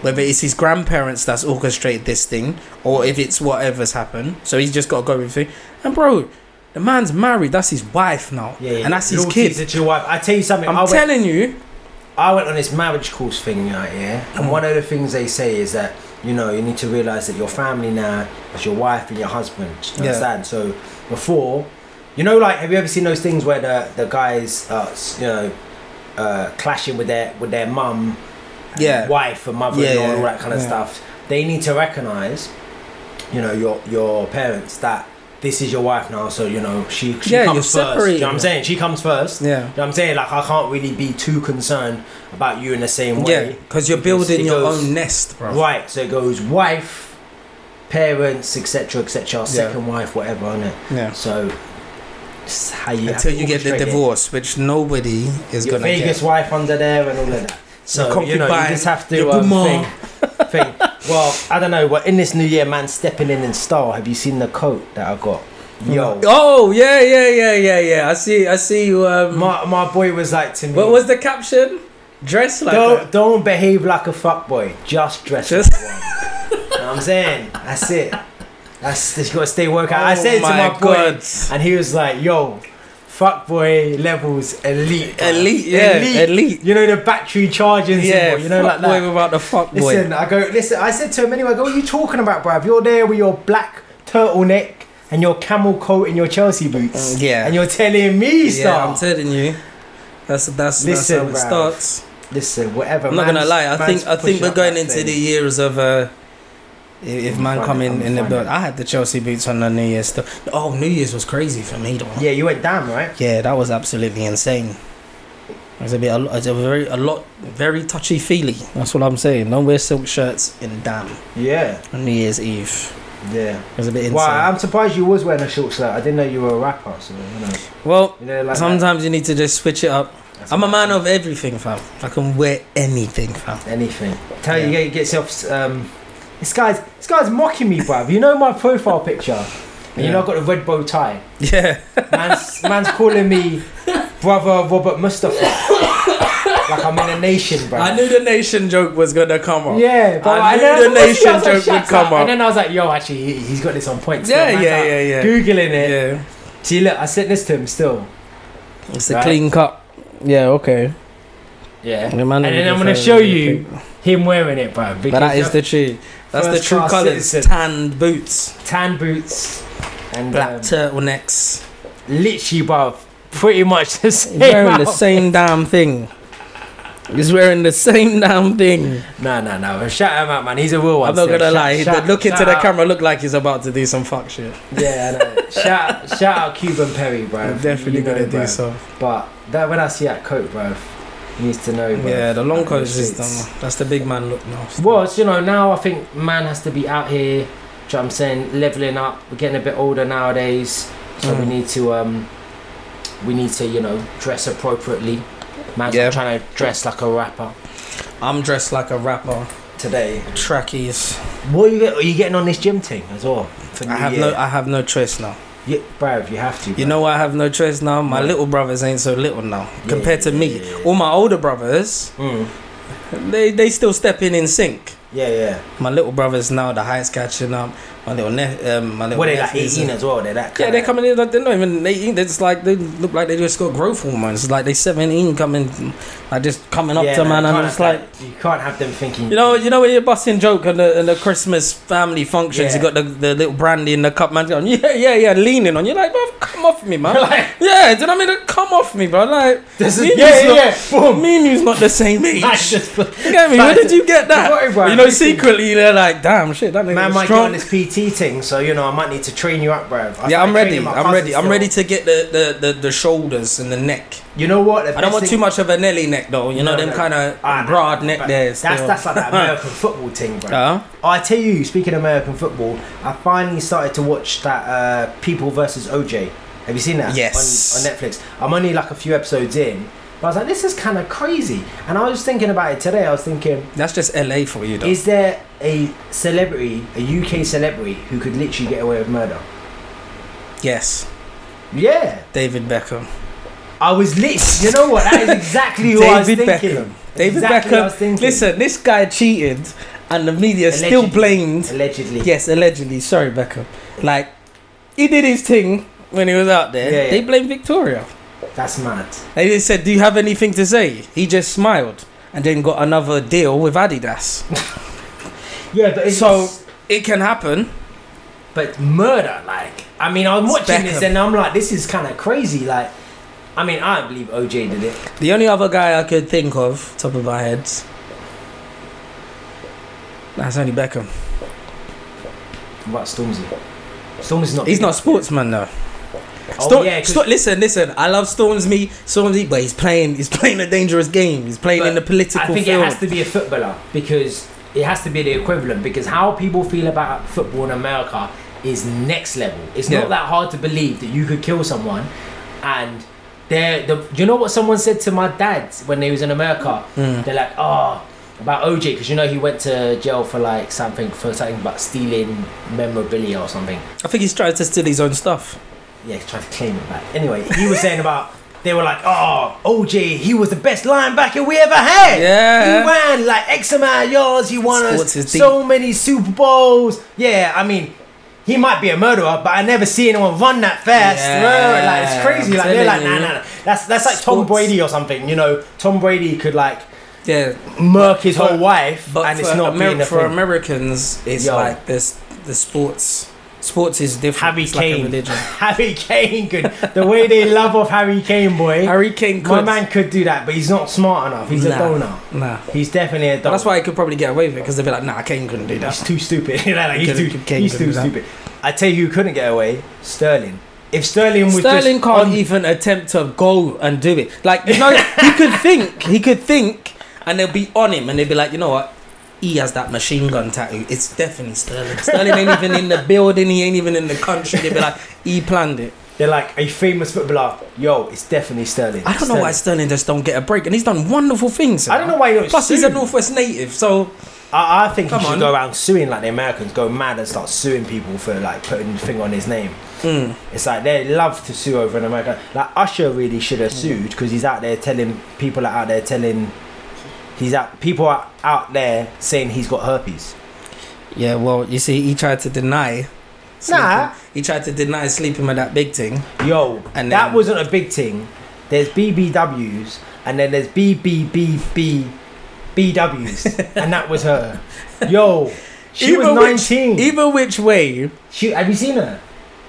whether it's his grandparents that's orchestrated this thing or if it's whatever's happened. So he's just got to go with it. And bro, the man's married. That's his wife now.
Yeah, yeah.
And that's his
Loyalty
kid.
to your wife. I tell you something.
I'm
i went,
telling you.
I went on this marriage course thing right here, and one of the things they say is that you know you need to realize that your family now is your wife and your husband. You
Yeah.
understand? So before, you know, like have you ever seen those things where the the guys, uh, s- you know, uh, clashing with their with their mum, and
Yeah.
wife and mother-in-law,
Yeah,
and all
yeah,
that kind of
yeah.
stuff. They need to recognize, you know, your your parents that. This is your wife now, so you know she, she
Yeah,
comes
you're
first. You know what I'm
separated.
saying? She comes first.
Yeah.
You know what I'm saying? Like, I can't really be too concerned about you in the same
Yeah.
way.
Because you're
Because it
building your
goes-
own nest, bro.
Right, so it goes wife, parents, etc., etc., second wife, whatever, on it.
Yeah.
So, it's how you
Until you get the
orchestrate it.
divorce, which nobody is
Your
going to get.
Vegas wife under there and all of that. So,
Your
you know, you
concubine,
just have to
your
um,
guma.
think. think. Well, I don't know. Well, in this new year, man, stepping in in style. Have you seen the coat that I got? Yo,
Oh yeah, yeah, yeah, yeah, yeah. I see, I see you. Um,
my, my boy was like to me.
what was the caption? Dress like
don't
that.
don't behave like a fuckboy. Just dress
Just-
like one. you know what I'm saying? That's it. That's you gotta stay working. I
Oh
said it to
my
my boy,
God.
and he was like, "Yo, fuckboy levels elite, bruv.
Elite, yeah, elite.
You know the battery charging
Yeah,
symbol, you know like
fuck boy
that.
without the fuck boy.
Listen, I go listen. I said to him anyway, I go, "What are you talking about, bruv? You're there with your black turtleneck." And your camel coat and your Chelsea boots.
Mm, yeah.
And you're telling me
yeah, I'm
stuff.
telling you. That's that's,
Listen,
that's how it
bruv.
starts.
Listen, whatever.
I'm not gonna
man's-
lie. I
man's
think I think
pushing
we're
up
going
that
into
thing.
the years of uh, i- if
I'm
man
fine,
come in
I'm
in the
fine.
build. I had the Chelsea boots on the New Year's stuff. Oh, New Year's was crazy for me though.
Yeah, you went down, right?
Yeah, that was absolutely insane. It was a bit, a, lo- it was a very, a lot, very touchy feely. That's what I'm saying. Don't wear silk shirts in damn
Yeah,
on New Year's Eve.
yeah.
It was a bit insane.
Wow, I'm surprised you was wearing a short shirt. I didn't know you were a rapper, so you know.
well,
You know like
sometimes you need to just switch it up.
that.
I'm a man of everything, fam. I can wear anything, fam.
anything. Tell you,
Yeah.
yeah, you get yourself. Um, this guy's this guy's mocking me, bruv. You know my profile picture, and you
Yeah.
know I got a red bow tie.
Yeah.
Man's man's calling me brother Robert Mustafa. like I'm in a nation, bruv.
I knew the nation joke was gonna come up.
Yeah, but
I
and
knew
then
the
I was
nation
watching it, I was
joke would
"Shut up."
come up.
And then I was like, yo, actually, he, he's got this on point. still.
Yeah,
Man's
yeah,
like
yeah, yeah.
Googling it.
Yeah.
See, look, I sent this to him still.
It's
a
a
Right.
clean cut. Yeah, okay.
Yeah. And then I'm gonna show you him wearing it, bro. Because
But that is the true. That's the
First
true
class
colours.
citizen.
Tan boots,
tan boots and
black
um,
turtlenecks.
literally, bro, pretty much the
He's
same.
wearing the
outfit.
same damn thing. He's wearing the same damn thing.
No, no, no. Shout him out, man. He's a real one.
I'm not
still.
gonna
Shout-
lie.
shout-
the look into
shout
the
out-
camera look like he's about to do some fuck shit.
Yeah, I know. shout shout out Cuban Perry, bro.
I'm definitely
You know,
gonna do
bro.
some.
But that when I see that coat, bro, he needs to know, bro.
Yeah, the long coat is
It's-
done. That's the big man look now.
was, you know, now I think man has to be out here, do you know what I'm saying, leveling up. We're getting a bit older nowadays, so we
Mm.
need to, um, we need to, you know, dress appropriately. Man's
Yeah.
trying to dress like a rapper
I'm dressed like a rapper.
today.
Trackies.
What are you, get, are you getting on this gym thing as well? For
I
New
have
Year?
no. I have no choice now.
Yeah, bruv, you have to.
You
bruv.
know why I have no choice now? My
Right.
little brothers ain't so little now
Yeah,
compared to
yeah,
me.
yeah, yeah.
All my older brothers,
Mm.
they they still step in in sync.
Yeah, yeah.
My little brothers now, the height's catching up. My little ne- um, my little
Well, they're like
nephews
18
are-
as well. They're that.
Yeah,
Kinda,
they're coming in. like, They're not even eighteen. They're just like they look like they just got growth hormones. Like they seventeen coming, like just coming up
Yeah,
to
no,
man,
you
and I'm
can't
just
have
like,
that- you can't have them thinking.
You know, you know when you're busting joke on the, on the Christmas family functions,
Yeah.
you got the, the little brandy in the cup, man. Going, yeah, yeah, yeah, leaning on. You're like, bro, come off me, man.
Like-
yeah, do you know what I mean? Come off me, bro. Like,
This is-
me and
yeah,
you's
yeah, yeah.
not, Me and you's not the same age.
Like, just-
You get me? Where did you get that?
Sorry, bro.
you know, secretly they're like, damn, shit, that
Man
nigga's
might
strong.
get on this PT thing, so you know I might need to train you up, bruv. I
yeah, I'm
started
ready.
training my
I'm ready.
cousins
I'm
still.
ready to get the, the, the, the shoulders and the neck.
You know what? The
I don't
best
want too
thing-
much of a Nelly neck though. You know
No,
them
no.
kind of
Ah, no,
broad
no,
neck
but
there.
That's
still.
that's like that American football thing, bro.
Uh-huh.
I tell you, speaking of American football, I finally started to watch that uh, People versus OJ. Have you seen that?
Yes.
On, on Netflix. I'm only like a few episodes in, but I was like, this is kind of crazy. And I was thinking about it today. I was thinking,
That's just LA for you though.
is there a celebrity, a UK celebrity, who could literally get away with murder?
yes.
Yeah.
David Beckham.
I was lit. You know what? That is exactly what I was
David
thinking.
Beckham. David
Exactly what I was
Beckham.
thinking.
Listen, this guy cheated, and the media still
Allegedly.
blamed.
Allegedly.
Yes, allegedly. Sorry, Beckham. Like he did his thing when he was out there.
Yeah, yeah.
They blamed Victoria.
That's mad.
They just said, "Do you have anything to say?" He just smiled and then got another deal with Adidas.
Yeah, but it's
so it can happen.
but murder, like I mean, I'm
It's
watching this
Beckham.
and I'm like, this is kind of crazy. Like, I mean, I don't believe OJ did it.
The only other guy I could think of, top of my head, that's only Beckham.
What about Stormzy? Stormzy's not.
He's not a sportsman though.
Oh,
Storm,
yeah, 'cause-
Sto- listen, listen. I love Stormzy, Stormzy, but he's playing. He's playing a dangerous game. He's playing
But
in the
I
political
think
field.
it has to be a footballer because it has to be the equivalent. Because how people feel about football in America is next level. It's
Yeah.
not that hard to believe that you could kill someone, and they're the. You know what someone said to my dad when they was in America?
Hmm.
They're like, oh. About OJ, because you know he went to jail for like something for something about stealing memorabilia or something.
I think he's trying to steal his own stuff.
Yeah, he's trying to claim it back. Anyway, he was saying about they were like, oh, OJ, he was the best linebacker we ever had.
Yeah.
He ran like X amount of yards. He won us
Sports is deep.
so many Super Bowls. Yeah, I mean, he might be a murderer, but I never see anyone run that fast.
Yeah,
Right, Like it's crazy.
I'm
like they're like,
telling
nah,
you.
nah, nah. That's that's like Tom
Sports.
Brady or something. You know, Tom Brady could like
Yeah,
murk his
But-
whole wife,
but
and
for,
it's not
Amer-
being a
for
thing.
Americans, it's
Yo.
like this. The sports, sports is different.
Harry
it's
Kane,
like a religion.
Harry Kane could. The way they love off Harry Kane, boy.
Harry Kane could.
My man could do that, but he's not smart enough. He's a
Nah.
donor.
Nah,
He's definitely a donor.
but that's why he could probably get away with it because they'd be like, "Nah, Kane couldn't do
he's
that."
too stupid. You know, like, he's
Couldn't-
too,
couldn't
he's
do
too
that.
stupid. I tell you, who couldn't get away? Sterling. If Sterling was
Sterling
just
can't
on-
even attempt to go and do it. Like you know, he could think, he could think, and they'll be on him, and they'll be like, you know what? He has that machine gun tattoo. It's definitely Sterling. Sterling ain't even in the building. He ain't even in the country. They'll be like, he planned it.
they're like a famous footballer. Yo, it's definitely Sterling.
I don't know why Sterling just don't get a break, and he's done wonderful things. you
I don't
know.
know why. He don't
Plus, he's a
sue.
Northwest native, so
I, I think
Come
he should
on.
go around suing like the Americans, go mad and start suing people for like putting the thing on his name.
mm,
It's like they love to sue over in America. Like Usher really should have sued because he's out there telling people are out there telling he's out people are out there saying he's got herpes.
yeah. Well, you see, he tried to deny. Sleeping.
Nah.
He tried to deny sleeping with that big thing.
Yo,
And
that
then-
wasn't a big thing. There's BBWs and then there's BBBB BWs and that was her. Yo, she
Either which- e-
was 19.
Either which way,
she, have you seen her?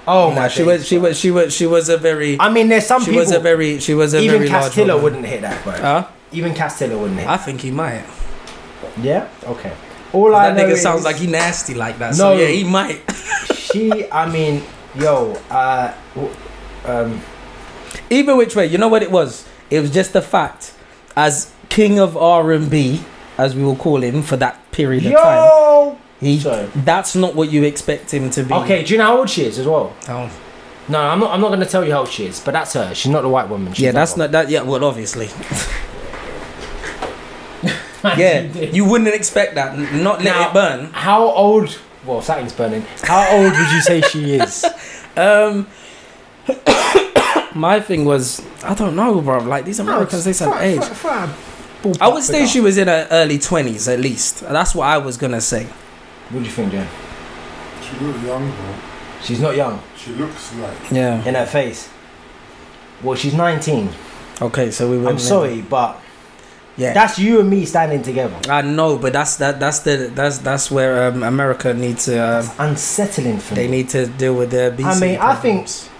Oh
nah,
my
she
days,
was, she
bro.
was, she was, she was a very.
I mean, there's some
she
people.
was a very she was a
even
very
Castillo
large woman.
wouldn't hit that, bro.
Huh?
even Castillo wouldn't hit.
I think he might.
yeah. Okay. All I
That
know
nigga
is,
sounds like he nasty like that. So
No.
yeah, he might.
she. I mean, yo. Uh, w- um,
Either which way, you know what it was? It was just the fact, as king of R and B, as we will call him for that period of time.
yo.
He,
Sorry.
that's not what you expect him to be.
Okay. Do you know how old she is as well?
Oh.
No, I'm not. I'm not gonna tell you how old she is, but that's her. She's not the white woman. She's
Yeah, that's
that
not that. Yeah, well, obviously.
one. man.
Yeah,
you did.
you wouldn't expect that. N- Not let
Now-
it burn.
How old? Well, something's burning. How old would you say she is?
Um, my thing was, I don't know, bro. Like these Americans, they sound age. I would say she was in her early twenties at least. That's what I was gonna say.
What do you think, Jen?
She looks young though.
She's not young.
She looks like.
Yeah.
In her face. Well, she's 19.
Okay, so we were.
I'm sorry, but
Yeah.
that's you and me standing together.
I know, but that's that. That's the. That's that's where um, America needs to. Um,
It's unsettling for
they
me.
need to deal with their. BC
I mean, I think-
problems.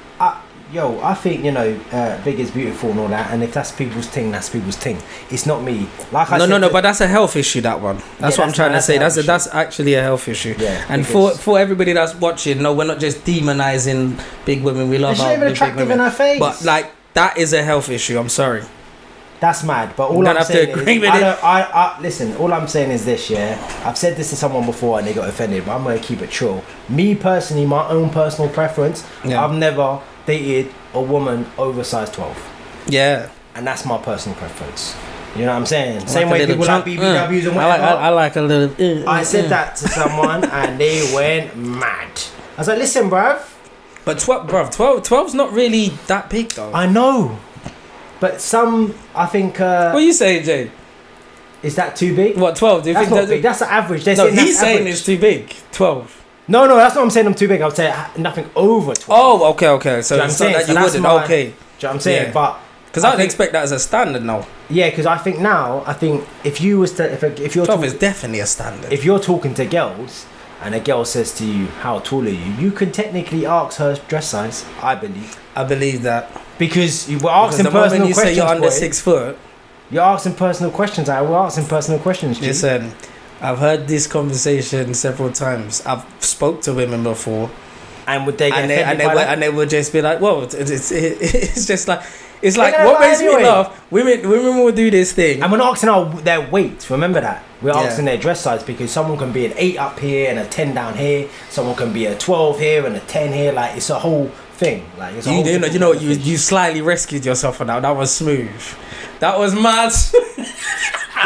Yo, I think you know, uh, big is beautiful and all that. And if that's people's thing, that's people's thing. It's not me. Like I
No,
said
no, no.
to-
But that's a health issue. That one. That's
Yeah,
what I'm
that's-
trying
that's
to say.
a
That's a,
health
that's actually a health issue.
yeah,
And
big
for
is-
for everybody that's watching, no, we're not just demonizing big women. We love
she's
our
not even
big, big
attractive in
women.
her face.
but like that is a health issue. I'm sorry.
That's mad, but
I'm
all
gonna
I'm
have to
saying
agree
is,
with
I
it.
don't, I, I, listen, all I'm saying is this, yeah. I've said this to someone before and they got offended, but I'm gonna keep it true. Me personally, my own personal preference,
Yeah.
I've never dated a woman over size 12,
yeah.
and that's my personal preference. You know what I'm saying?
I
Same
like a
way
little
people
chunk.
like BBWs
Mm.
and whatever.
I like I, I like a little. uh,
I
uh.
said that to someone and they went mad. I was like, listen, bruv,
But 12, bro, 12, 12's not really that big though.
I know, but some, I think, uh,
what you saying, Jay?
is that too big?
What twelve? Do you
That's
think
not
that's
big. That's the average. They're
no?
saying that's
He's saying
average.
it's too big. Twelve.
No, no, that's not what I'm saying. I'm too big. I'm saying ha- nothing over 12.
Oh, okay, okay.
Do
So
you know
it's
what I'm saying?
not that
So
you
that's
wouldn't.
my-
Okay,
Do you know what I'm saying?
Yeah.
But
because I
I
would
think-
expect that as a standard now.
yeah, because I think now, I think if you was to, if, if you're
Twelve
talk,
is definitely a standard.
if you're talking to girls and a girl says to you, "How tall are you?" You can technically ask her dress size, I believe,
I believe that.
because you were
Because
asking
the moment
personal
you say
questions.
you're under
boy.
six foot,
You're asking personal questions. I will asking personal questions. G.
listen. I've heard this conversation several times. I've spoke to women before,
and would they get
and they and
offended
they,
by
will,
that?
and they will just be like, "Well, it's it's, it's just like it's
They're
like
gonna
what
lie
makes me
anyway.
laugh. Women women will do this thing.
And we're not asking our, their weight. Remember that we're
Yeah.
asking their dress size because someone can be an eight up here and a ten down here. Someone can be a twelve here and a ten here. Like it's a whole thing. Like it's a
You,
whole
you know, you know, you you slightly rescued yourself on that. That was smooth. That was mad.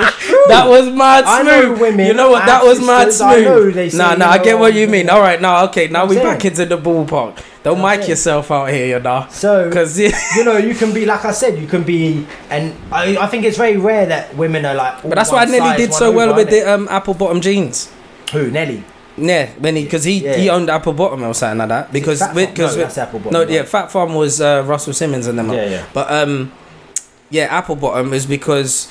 that was mad
I
smooth.
know women,
You know what?
I
That
have
was mad
sisters, I know
smooth.
they say, um,
nah, nah,
you
I get
know,
what you
you
mean.
know.
All right, now, okay, now
I'm
we
saying.
back into the ballpark. Don't
I'm
mic
saying.
yourself out here, you know,
So
because but
you know you can be like I said, you can be, and I, I think it's very rare that women are like. all
that's why I
one
Nelly
size,
did
one
so well
over,
with
innit?
the um, apple bottom jeans.
Who Nelly?
Yeah, when he because he, he
Yeah.
owned apple bottom or something like that because
Fat
with,
Farm? no,
cause with,
that's Apple Bottom,
no,
right?
yeah, Fat Farm was uh, Russell Simmons and them. lot.
yeah, yeah.
But um, yeah, apple bottom is because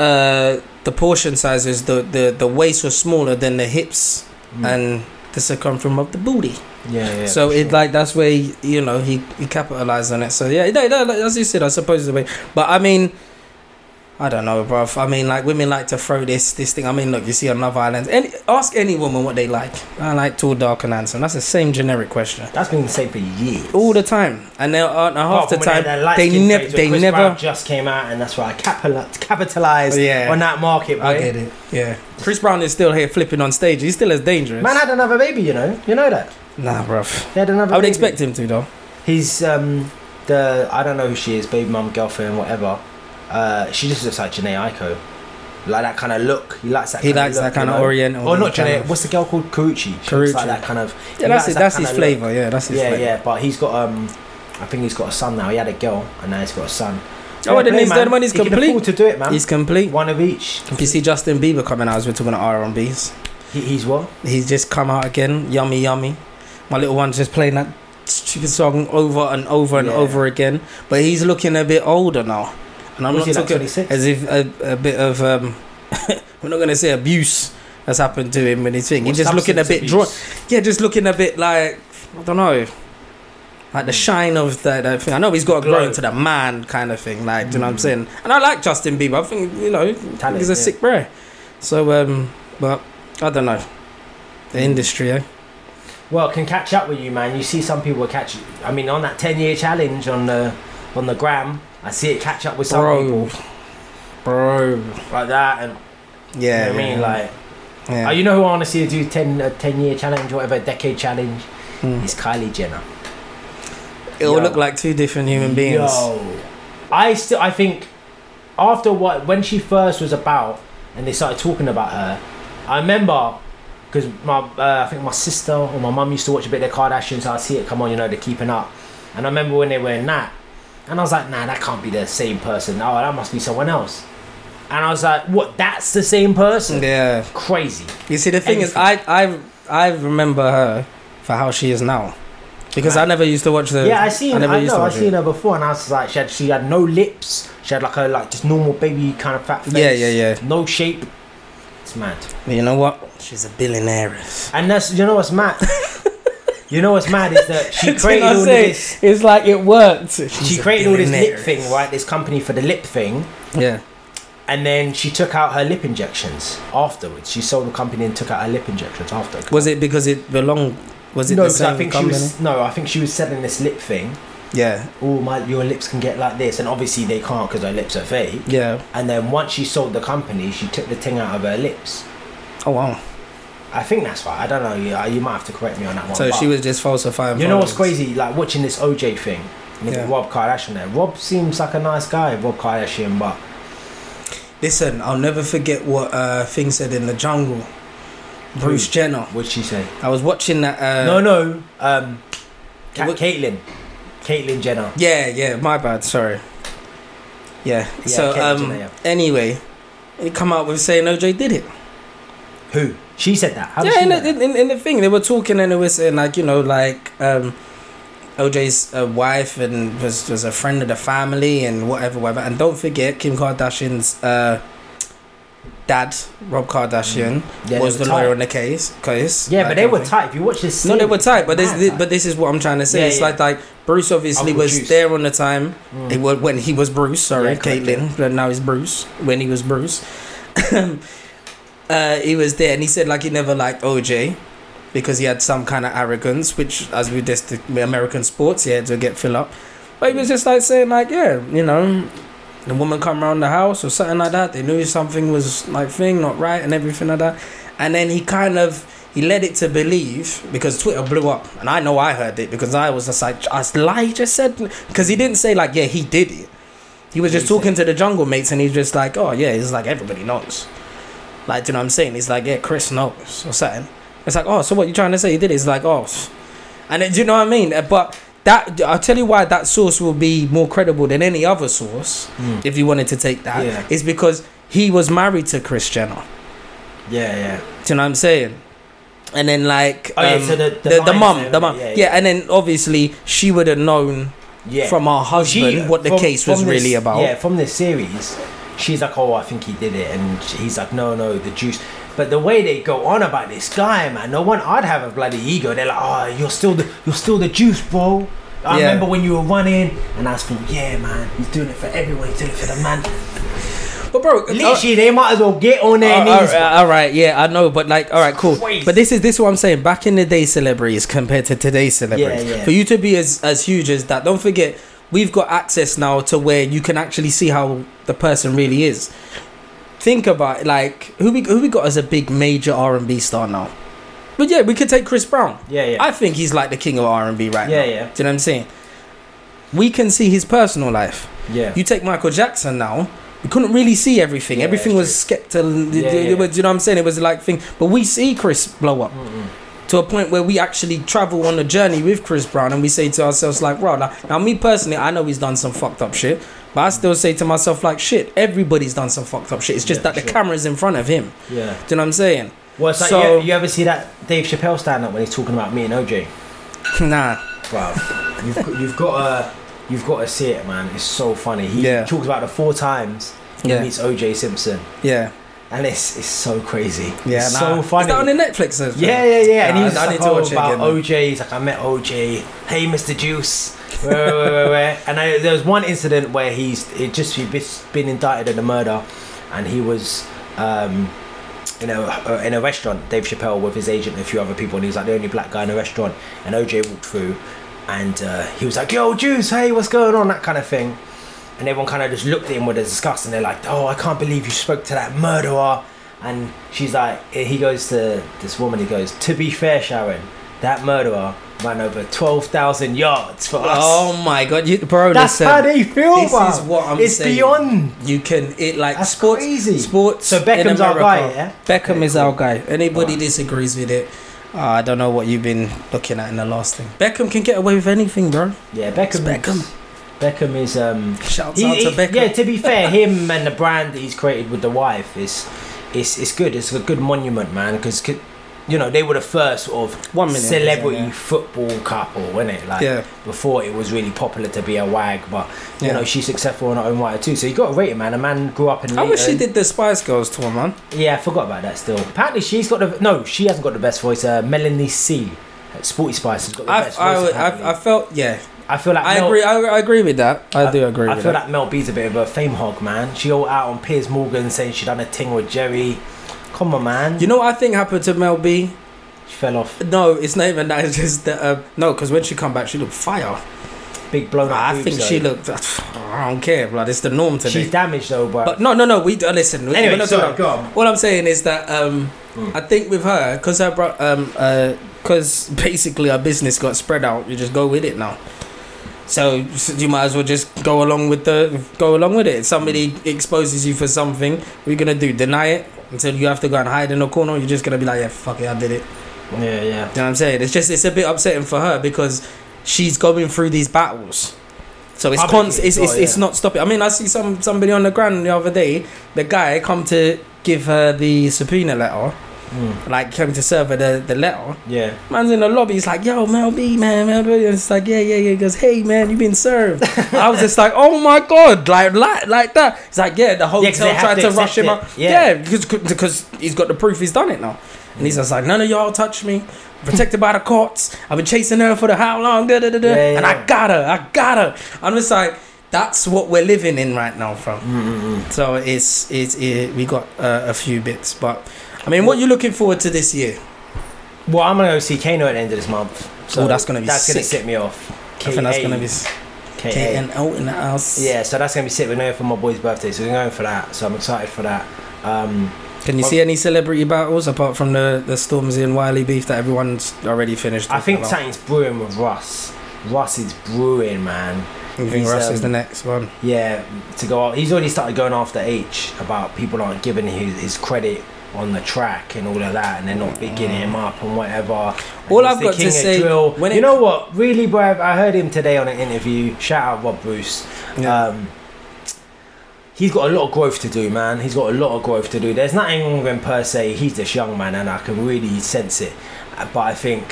uh, the portion sizes, the, the the waist was smaller than the hips
Mm.
and the circumference of the booty.
yeah, yeah.
so
for
it
sure.
like that's where he, you know he he capitalized on it. So yeah, no, no, like, as you said, I suppose the way. But I mean. I don't know, bruv. I mean, like women like to throw this this thing. I mean, look, you see on Love Island. Any, ask any woman what they like. I like tall, dark, and handsome. That's the same generic question
that's been the same for years.
all the time, and they are half
Apart
the
from when
time
they had that
they,
light-skinned
nev-
phase
they
where Chris
never Oh,
Brown just came out, and that's why I capitali- capitalized
Yeah.
on that market. Boy.
I get it. Yeah. Chris Brown is still here flipping on stage. He's still as dangerous.
Man had another baby, you know. You know that.
nah, bruv.
He had another.
I would
baby.
expect him to, though.
He's um the I don't know who she is, baby mum, girlfriend, whatever. Uh, she just looks like Janae Aiko, like that kind of look. He likes that.
He
kinda
likes
look,
that kind
you
of
know?
oriental.
Or not
kind
Janae.
of-
What's the girl called? Karuchi. She looks
Karuchi.
like that kind of. he
Yeah, that's,
likes
it.
that
that's
kinda
his
look.
flavour. Yeah, that's his
Yeah,
flavour.
yeah. But he's got um, I think he's got a son now. He had a girl, and now he's got a son.
Oh,
Fair
then
play,
he's
man.
done when he's
He can
complete.
afford to do it, man.
He's complete.
one of each.
If you see Justin Bieber coming out as we're talking about R&Bs,
He, he's what?
he's just come out again. Yummy, yummy. My little one's just playing that stupid song over and over and
Yeah.
over again. But he's looking a bit older now. And I'm
Was he
not
like
talking
26?
as if a, a bit of um, we're not going to say abuse has happened to him in his thing. He's just looking a bit drawn. Yeah, just looking a bit like I don't know, like the
Mm.
shine of that, that thing. I know he's got to grow
Glow.
into the man kind of thing. Like, do you know what I'm
Mm.
saying? And I like Justin Bieber. I think you know
Talent,
he's a
yeah.
sick bro. So, um, but I don't know
Hmm.
the industry. Eh?
Well, can catch up with you, man. You see, some people catch. I mean, on that ten-year challenge on the on the gram, I see it catch up with some
Bro,
people
bro,
like that, and
yeah.
you know what I mean, like,
yeah.
oh, you know who I want to see do 10 a ten-year challenge or whatever, a decade challenge?
Mm.
It's Kylie Jenner.
it'll
Yo.
look like two different human beings.
Yo, I still, I think, after what when she first was about and they started talking about her. I remember because my uh, I think my sister or my mum used to watch a bit of the Kardashians. So I see it come on, you know, they're keeping up. And I remember when they were in that, and I was like, nah, that can't be the same person. Oh, that must be someone else. And I was like, what? That's the same person?
Yeah.
Crazy.
You see, the thing is, I, I, I remember her for how she is now, because I never used to watch the.
Yeah, I seen. I,
never used to
know. I
watch it.
seen her before, and I was like, she had she had no lips. She had like a like just normal baby kind of fat face.
Yeah, yeah, yeah.
No shape. It's mad.
But you know what? She's a billionaire.
And that's you know what's mad. you know what's mad is that she created all of this.
It's like it worked.
She created all this lip thing, right? This company for the lip thing,
Yeah.
and then she took out her lip injections afterwards. She sold the company and took out her lip injections after.
Was it because it belonged? Was it
no,
the
'cause
same
I think
company?
she was no, I think she was selling this lip thing.
yeah,
Oh my, your lips can get like this, and obviously they can't because her lips are fake.
yeah.
And then once she sold the company, she took the thing out of her lips.
Oh wow.
I think that's right. I don't know. You, you might have to correct me on that one.
So
but
she was just falsifying.
You know what's
photos.
crazy? Like watching this OJ thing with
Yeah.
Rob Kardashian. There, Rob seems like a nice guy. Rob Kardashian, but
Listen, I'll never forget what uh, thing said in the jungle. Bruce
Who?
Jenner.
what'd she say?
I was watching that.
no,
Uh,
no. Um, Ka-
What-
Caitlyn, Caitlyn Jenner.
Yeah, yeah, my bad, sorry. Yeah.
Yeah,
so
Kendall
um
Jenner, yeah.
anyway, it come out with saying OJ did it.
Who? She said that. How did
yeah,
she
in,
know
the- in, in, in the thing they were talking and they were saying like, you know, like um OJ's uh, wife and was, was a friend of the family and whatever, whatever. And don't forget Kim Kardashian's uh dad, Rob Kardashian,
that? Mm. Yeah,
was
they
the
were
lawyer
tight.
on the case. case
Yeah,
like
but they were
everything.
tight. If you watch this,
No, they were
series,
tight, but this,
mad
thi-
tight.
but this is what I'm trying to say.
Yeah,
it's
yeah.
like like Bruce obviously
Uncle
was
Juice.
there on the time.
Mm.
It was when he was Bruce.
Yeah,
Sorry,
correct,
Caitlin, but now he's Bruce. When he was Bruce, uh, he was there, and he said like he never liked OJ because he had some kind of arrogance, which as we just the American sports, he had to get fill up. But he was just like saying like, yeah, you know, the woman come around the house or something like that. They knew something was like thing not right and everything like that. And then he kind of he led it to believe because Twitter blew up, and I know I heard it because I was just like, I was lie he just said because he didn't say like, yeah, he did it. He was
Yeah,
just
he
talking to the jungle mates, and he's just like, oh yeah, it's like everybody knows. Like, do you know what I'm saying? He's like, yeah, Chris knows or something. It's like, oh, so what you trying to say? He did it. It's like, oh, s- and it, do you know what I mean? Uh, But that I'll tell you why that source will be more credible than any other source
Mm.
if you wanted to take that, is
Yeah.
because he was married to Chris Jenner.
Yeah, yeah.
Do you know what I'm saying? And then like
Oh, yeah,
um,
so the- the
the, the
lines
mum,
there,
the mum,
yeah,
yeah,
yeah.
and then obviously she would have known
Yeah.
from her
She-
husband what the
from-
case was
from this-
really about.
Yeah, from this series, she's like, "Oh, I think he did it," and he's like, "No, no, the juice." But the way they go on about this guy, man, no one, I'd have a bloody ego. They're like, "Oh, you're still the, you're still the juice, bro." I
Yeah.
remember when you were running, and I was thinking, "Yeah, man, he's doing it for everyone. He's doing it for the man."
But bro,
Literally, they might as well get on
uh,
their
uh,
knees.
all right, all right, yeah, I know, but like, all right, cool.
Crazy.
But this is this is what I'm saying. Back in the day, celebrities compared to today's celebrities,
yeah.
for you to be as as huge as that, don't forget we've got access now to where you can actually see how the person really is. Think about it, like who we who we got as a big major R and B star now. But yeah, we could take Chris Brown.
yeah, yeah,
I think he's like the king of R and B right
yeah,
now.
yeah,
Do you know what I'm saying? We can see his personal life.
yeah.
You take Michael Jackson now. We couldn't really see everything.
Yeah,
everything
it's
was skeptical.
Yeah,
it,
yeah.
was- you know what I'm saying? It was like thing. But we see Chris blow up
Mm-mm.
to a point where we actually travel on a journey with Chris Brown, and we say to ourselves like, "Wow." Now, now me personally, I know he's done some fucked up shit, but I still say to myself like, "Shit." Everybody's done some fucked up shit. It's just
Yeah,
that the
sure.
camera's in front of him.
yeah.
Do you know what I'm saying?
Well, it's like
So-
you, you ever see that Dave Chappelle stand up when he's talking about me and OJ?
nah.
Bro, you've got, you've got to you've got to see it, man. It's so funny. He
Yeah.
talks about the four times he
Yeah.
meets OJ Simpson,
Yeah.
and it's it's so crazy.
Yeah.
it's
nah.
so funny.
Is that on the Netflix? or something?
yeah, yeah, yeah. And
Nah,
he was
I
like,
need to
oh,
watch it
about
again, man.
OJ. He's like, I met OJ. Hey, Mr. Juice. Where, where, where, where? And I, there was one incident where he's it just he'd bis- been indicted in a murder, and he was. Um, in a, uh, in a restaurant, Dave Chappelle with his agent and a few other people, and he was like the only black guy in a restaurant. And OJ walked through, and uh, he was like, "Yo, Juice, hey, what's going on?" That kind of thing. And everyone kind of just looked at him with a disgust, and they're like, "Oh, I can't believe you spoke to that murderer." eh, And she's like, he goes to this woman. He goes, "To be fair, Sharon, that murderer ran over 12,000 yards for us.
Oh my god, you, bro!
That's
listen,
how they feel,
this
bruv.
is what I'm
It's
saying.
beyond.
You can it like
That's
sports.
crazy.
Sports.
So
in
Beckham's our
America.
guy, yeah?
Beckham
Okay,
is
cool.
our guy. Anybody
Alright.
disagrees with it, uh, I don't know what you've been looking at in the last thing. Beckham can get away with anything, bro.
Yeah, Beckham.
Beckham.
Beckham is um.
Shouts
he-
out to
he-
Beckham.
yeah, to be fair, him and the brand that he's created with the wife is, it's it's good. It's a good monument, man. Because you know they were the first sort of
One minute.
celebrity
Yeah.
football couple, wasn't it? Like
Yeah.
before, it was really popular to be a wag, but you
Yeah.
know she's successful in her own right too. So you got to rate it, man. A man grew up in.
I wish she
Luton.
did the Spice Girls tour, man.
Yeah, I forgot about that. Still, apparently she's got the no. She hasn't got the best voice. Uh, Melanie C. at Sporty Spice has got the
I,
best
I,
voice.
would- I, I
apparently.
felt yeah.
I feel like
I
Mel-
agree. I, I agree with that. I, do agree
I
with
feel
that.
like Mel B's a bit of a fame hog, man. She all out on Piers Morgan saying she done a ting with Jerry. Come on, man.
You know what I think happened to Mel B?
she fell off.
No, it's not even that. It's just that uh, no, because when she come back, she looked fire.
Big blown up.
I
boobs,
think
though.
she looked. I don't care, blood. It's the norm today.
She's damaged though, but,
But no, no, no. We uh, listen. we- we're
anyway,
not
sorry,
doing-
go on.
What I'm saying is that um,
Mm.
I think with her, because her bro, um, uh 'cause basically her business got spread out. You just go with it now. So s- you might as well just go along with the go along with it. Somebody exposes you for something. We're gonna do deny it until you have to go and hide in a corner. You're just gonna be like, yeah, fuck it, I did it.
Yeah, yeah.
You know what I'm saying? It's just it's a bit upsetting for her because she's going through these battles. So it's
Publicly,
constant. It's,
oh,
it's, it's
yeah.
not stopping. I mean, I see some somebody on the ground the other day. The guy come to give her the subpoena letter,
Mm,
like came to serve her the, the letter.
yeah.
Man's in the lobby. He's like, "Yo, Mel B, man, Mel B." And it's like, "Yeah, yeah, yeah." He goes, "Hey, man, you've been served." I was just like, "Oh my god!" Like, like, like that. He's like, "Yeah." The
Yeah, 'cause they
hotel
have
tried
to
to, rush
accept
him
it.
up.
Yeah.
Yeah, because because he's got the proof. He's done it now. And he's just like, "None of y'all touch me. Protected by the courts. I've been chasing her for the how long? Da, da, da, da.
Yeah, yeah,
And
yeah.
I got her. I got her." I'm just like, "That's what we're living in right now, from." So it's it's it, we got uh, a few bits, but I mean, what you looking forward to this year?
Well, I'm gonna go see Kano at the end of this month. So
Oh, that's gonna be
that's gonna
sick.
set me off.
I think that's gonna be.
K-A.
and out in the house.
Yeah, so that's gonna be sick. We're going for my boy's birthday, so we're going for that. So I'm excited for that. Um,
Can you see any celebrity battles apart from the the Stormzy and Wiley beef that everyone's already finished?
I think
talking
something's brewing with Russ. Russ is brewing, man.
about? You think
he's,
Russ
um,
is the next one.
Yeah, to go out. He's already started going after H about people aren't giving his, his credit on the track and all of that, and they're not bigging him up and whatever. And
Mm. All
he's
I've
the
got to
king of
say,
drill.
when
you
it-
know what? Really, bruv, I heard him today on an interview. Shout out Rob Bruce.
Yeah.
Um, he's got a lot of growth to do, man. He's got a lot of growth to do. There's nothing wrong with him per se. He's this young man, and I can really sense it. Uh, But I think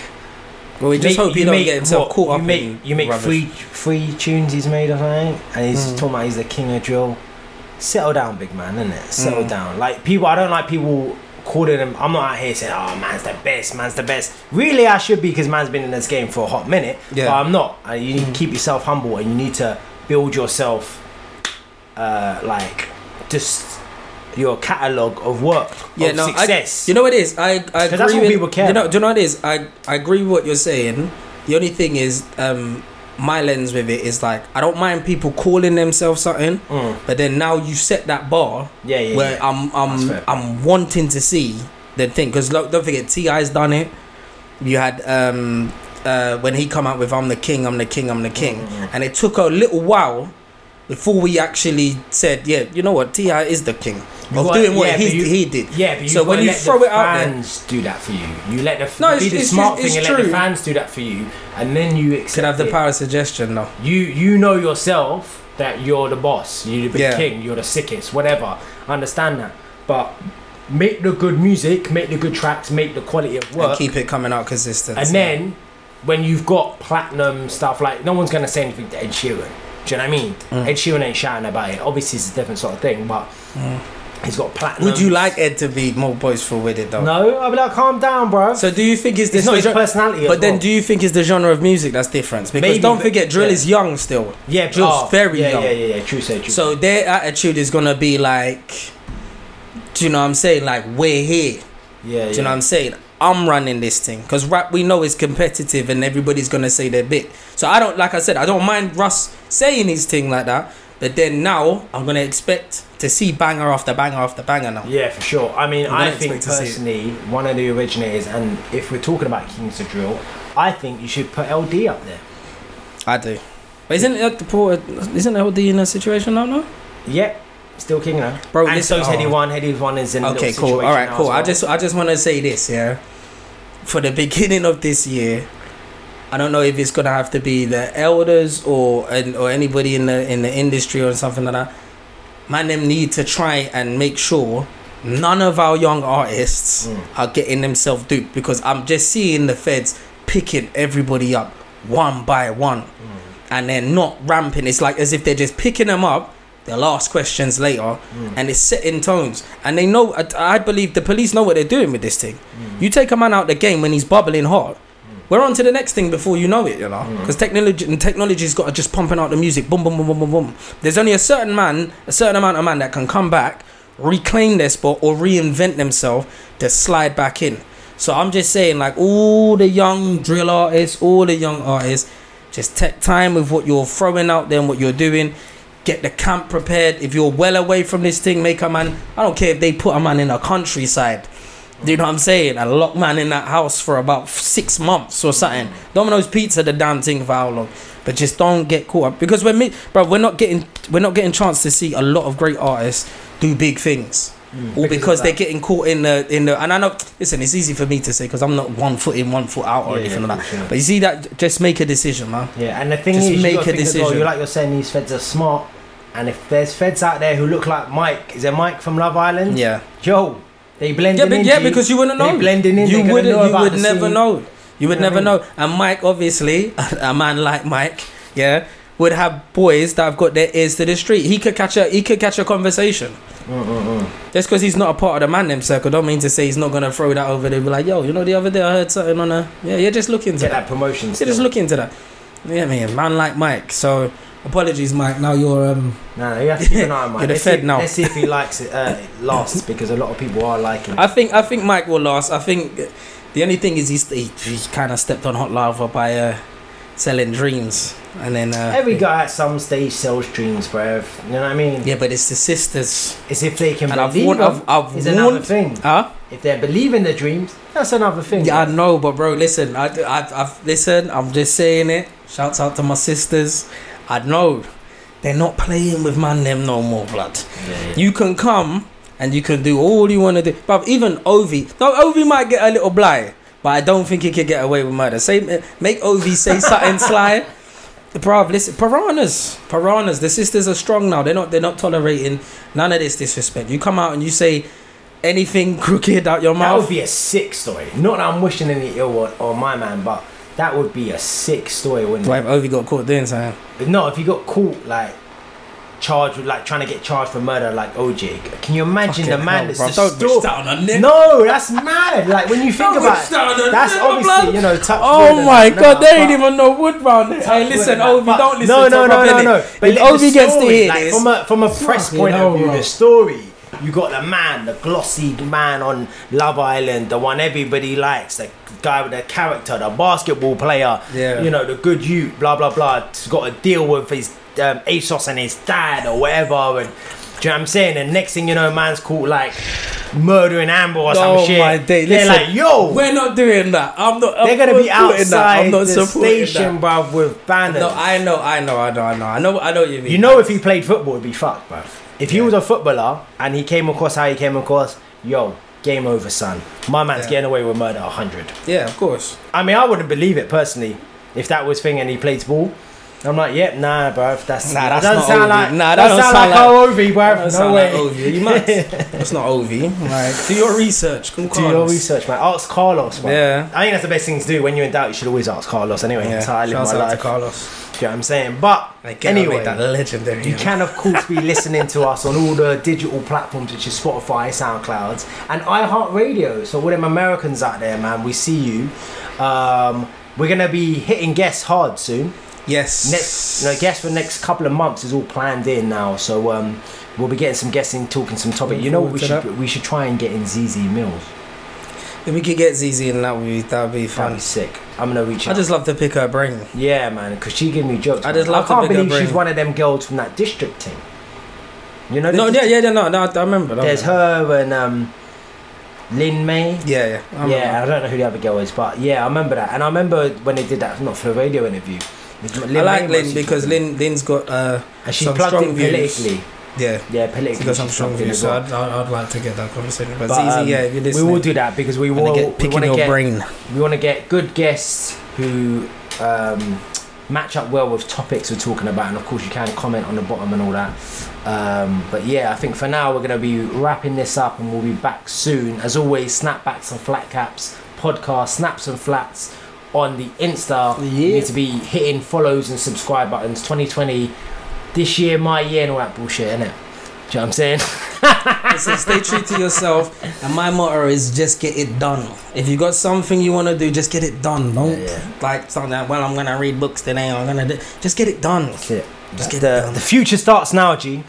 well, we just
make-
hope he don't
make
get himself
what?
caught up.
You make
in
you make
rubbish.
three three tunes he's made, I think, and he's
Mm.
talking about he's the king of drill. Settle down, big man, isn't it? Settle
Mm.
down. Like people, I don't like people calling him. I'm not out here saying, "Oh, man's the best, man's the best." Really, I should be because man's been in this game for a hot minute.
Yeah.
But I'm not. Uh, you need to
Mm.
keep yourself humble, and you need to build yourself, uh, like just your catalog of work
Yeah,
of
no, I-
success.
You know what it is? I, I agree
that's what
with,
people care
You know,
about.
do you know what it is? I, I agree with what you're saying. The only thing is, um, my lens with it is like I don't mind people calling themselves something,
Mm.
but then now you set that bar
Yeah, yeah,
where
yeah.
I'm
That's
I'm
fair.
I'm wanting to see the thing because look, don't forget Ti's done it. You had um uh when he come out with I'm the king, I'm the king, I'm the
Mm.
king, and it took a little while before we actually said, yeah, you know what, Ti is the king
You
of
got-
doing what
yeah,
he
but you-
he did.
Yeah, but you
So when
gotta
you
let
throw
the
it out there-
fans do that for you. You let the
No,
no,
it's-
be the
it's-
smart
it's
thing and let the
true.
fans do that for you, and then you accept
Could have the
it.
power of suggestion though.
You you know yourself that you're the boss, you're the big
Yeah.
king, you're the sickest, whatever. I understand that, but make the good music, make the good tracks, make the quality of work,
and keep it coming out consistent.
and then when you've got platinum stuff, like no one's gonna say anything to Ed Sheeran. Do you know what I mean?
Mm.
Ed Sheeran ain't shouting about it. Obviously, it's a different sort of thing, but he's got platinum.
Mm. would you like Ed to be more boastful with it though?
um, No, I'd be like, calm down, bro.
So do you think it's this?
it's not his
gen-
personality.
but then, do you think it's the genre of music that's different? Because
Maybe,
don't
but-
forget, drill
yeah.
is young still.
yeah,
Drill's
oh,
very
yeah,
young.
Yeah, yeah, yeah. True, say true.
So their attitude is gonna be like, do you know what I'm saying? Like we're here.
yeah, yeah.
Do you know what I'm saying? I'm running this thing because rap we know is competitive and everybody's gonna say their bit. So I don't, like I said, I don't mind Russ saying his thing like that, But then now I'm gonna expect to see banger after banger after banger now.
Yeah, for sure. I mean,
I'm
I
gonna
think
expect to see it.
personally, one of the originators, and if we're talking about Kings of Drill, I think you should put LD up there.
I do. But isn't it the poor? Isn't LD in a situation now? No.
Yep, still King now.
Bro,
and
listen-
so's Heady
oh.
One. Heady One is in. a
Okay,
little
cool.
situation
All right,
now
cool.
as
I
well.
just I just want to say this, yeah. For the beginning of this year, I don't know if it's gonna have to be the elders or and or anybody in the in the industry or something like that. Man, them need to try and make sure none of our young artists
Mm.
are getting themselves duped because I'm just seeing the feds picking everybody up one by one and they're not ramping. It's like as if they're just picking them up. They'll ask questions later,
Mm,
and it's setting tones. And they know. I, I believe the police know what they're doing with this thing. You take a man out the game when he's bubbling hot. We're on to the next thing before you know it, you know. Because technology and technology's got to just pumping out the music. Boom, boom, boom, boom, boom, boom. There's only a certain man, a certain amount of man that can come back, reclaim their spot, or reinvent themselves to slide back in. So I'm just saying, like all the young drill artists, all the young artists, just take time with what you're throwing out there and what you're doing. Get the camp prepared. If you're well away from this thing, make a man. I don't care if they put a man in a countryside. Do you know what I'm saying? And lock man in that house for about f- six months or something. Domino's Pizza, the damn thing for how long? But just don't get caught up because we're mi- bro, we're not getting we're not getting chance to see a lot of great artists do big things. All because,
mm. because of
they're
that.
getting caught in the in the and I know listen it's easy for me to say because I'm not one foot in one foot out or
Yeah,
anything
yeah,
like that
sure.
but you see that just make a decision man
Yeah, and the thing
Just
is,
make
you gotta
a
think as well,
decision.
you like you're saying these feds are smart, and if there's feds out there who look like Mike, is there Mike from Love Island?
yeah
Yo, they blending
yeah, but,
in.
yeah
G.
because you wouldn't
They
know
blending in. they're
you
gonna
wouldn't
know
you
about
would
the
never
scene.
know you would
You know
never
what I
know and Mike obviously a man like Mike yeah would have boys that have got their ears to the street he could catch a he could catch a conversation
Mm, mm, mm.
just because he's not a part of the man them circle don't mean to say he's not gonna throw that over there be like yo you know the other day I heard something on a yeah yeah just look into
Get
that
that promotion.
So just
still.
look into that. Yeah, man, man like Mike. So apologies, Mike. Now you're um.
No, no, you have to keep an eye on Mike.
You're the
Let's
fed
see,
now.
Let's see if he likes it uh, lasts because a lot of people are liking. it.
I think I think Mike will last. I think the only thing is he's, he he kind of stepped on hot lava by uh selling dreams and then uh,
Every guy at some stage sells dreams, bruv. You know what I mean?
Yeah, but it's the sisters.
It's if they can
And I've
believe
warned.
them.
I've, I've
Is another
warned.
thing.
Huh?
If they believe in their dreams, that's another thing.
Yeah, I know, but bro, listen. I I I've listen. I'm just saying it. Shouts out to my sisters. I know they're not playing with man them no more, blood.
Yeah, yeah.
You can come and you can do all you want to do. But even Ovi, no, Ovi might get a little blind, but I don't think he could get away with murder. Say, make Ovi say something sly. Bruv, listen, piranhas, piranhas. The sisters are strong now. They're not. They're not tolerating none of this disrespect. You come out and you say anything crooked out your
That would
mouth.
be a sick story. Not that I'm wishing any ill on, on my man, but that would be a sick story, wouldn't
Dwight Ovi got caught doing something.
it? But no, if you got caught, like, charged with, like, trying to get charged for murder, like OJ, can you imagine the
Fucking
man
hell,
that's
bruv.
the
Don't
store-
reach down on them.
No, that's mad. Like, when you think
Don't
about
reach
it,
down on
that's
them, blood.
obviously, you know, touch wood
Oh
and
my
that,
god, they ain't
but-
even no wood round there. Hey, listen,
But-
Ovi, don't listen
No,
to
no,
Rob
no, no,
innit?
no.
If
let the
Ovi gets to
story,
hear
like,
this,
from a from a press
Fucking
point
hell,
of view,
bro.
the story. You got the man, the glossy man on Love Island, the one everybody likes, the guy with the character, the basketball player.
Yeah.
You know the good you, blah blah blah. has Got to deal with his um, ASOS and his dad or whatever. And do you know what I'm saying? And next thing you know, man's caught like murdering Amber or some
Oh
shit.
my day!
They're
Listen,
like, yo,
we're not doing that. I'm not. I'm
they're gonna be
not supporting that.
outside the
supporting that.
station, bruv, with banners.
No, I know, I know, I know, I know, I know, I know what you mean.
You know, if he played football, it'd be fucked, bruv. If he was a footballer and he came across how he came across, yo, game over, son. My man's
Yeah.
getting away with murder 100.
yeah, of course.
I mean, I wouldn't believe it personally if that was thing and he played ball. I'm like, yep, nah, bruv. That's
Nah,
that
that's
doesn't
not
sound
Ovi.
like
Nah, that
doesn't
don't sound like-
our Ovi,
That
bruv.
don't
No
sound like
way.
Ovi. You mad? That's not Ovi. Like, do your research. Come
Do your research, man. Ask Carlos, man.
Yeah.
I think that's the best thing to do. When you're in doubt, you should always ask Carlos. Anyway,
Yeah,
that's how I live
shouts
my
out to
life.
Carlos.
Do you know what I'm saying? But
Again,
anyway,
anyway, made that legendary.
You can, of course, be listening to us on all the digital platforms, which is Spotify, SoundClouds, and iHeartRadio. So, all them Americans out there, man, we see you. Um, we're gonna be hitting guests hard soon.
yes.
Next, you know, guests for the next couple of months is all planned in now. So, um, we'll be getting some guests in, talking some topic.
Looking
You know, what
forward
we
to
should we should try and get in ZZ Mills.
If we could get ZZ in that would be that would be
That'd
fun.
be sick. I'm gonna reach
I
out.
just love to pick her brain.
yeah, man, because she gave me jokes.
I
man.
just love to
I can't
pick her
believe she's
brain.
one of them girls from that district thing. You know, the
No,
dis-
yeah, yeah, yeah, no, no, I remember. I
There's
remember.
her and um, Lin May.
Yeah, yeah. I remember.
yeah, I don't know who the other girl is, but yeah, I remember that. And I remember when they did that, not for a radio interview.
I like Lynn because Lynn Lynn's got uh
and she's
some
plugged
strong
in
views.
politically.
yeah.
Yeah,
She
politically.
got some
she's
strong
plugged in
views,
as
so
well.
I'd, I'd, I'd like to get that conversation. But,
But,
ZZ,
um,
yeah, if you're
we
listening,
will do that because we
I'm gonna
will
get
we
picking
want to
your
get
brain.
we want to get good guests who um, match up well with topics we're talking about, and of course you can comment on the bottom and all that. Um, but yeah, I think for now we're going to be wrapping this up, and we'll be back soon. As always, snapbacks and flat caps podcast, snaps and flats on the Insta. You
Yeah.
need to be hitting follows and subscribe buttons. 2020, this year, my year, and all that bullshit, innit? Do you know what I'm saying?
Listen, stay true to yourself. And my motto is just get it done. If you got something you want to do, just get it done. Don't
Yeah,
like something like, well, I'm going to read books today. I'm going to do. Just get it done.
That's it.
Just get it
the,
done.
the future starts now, G.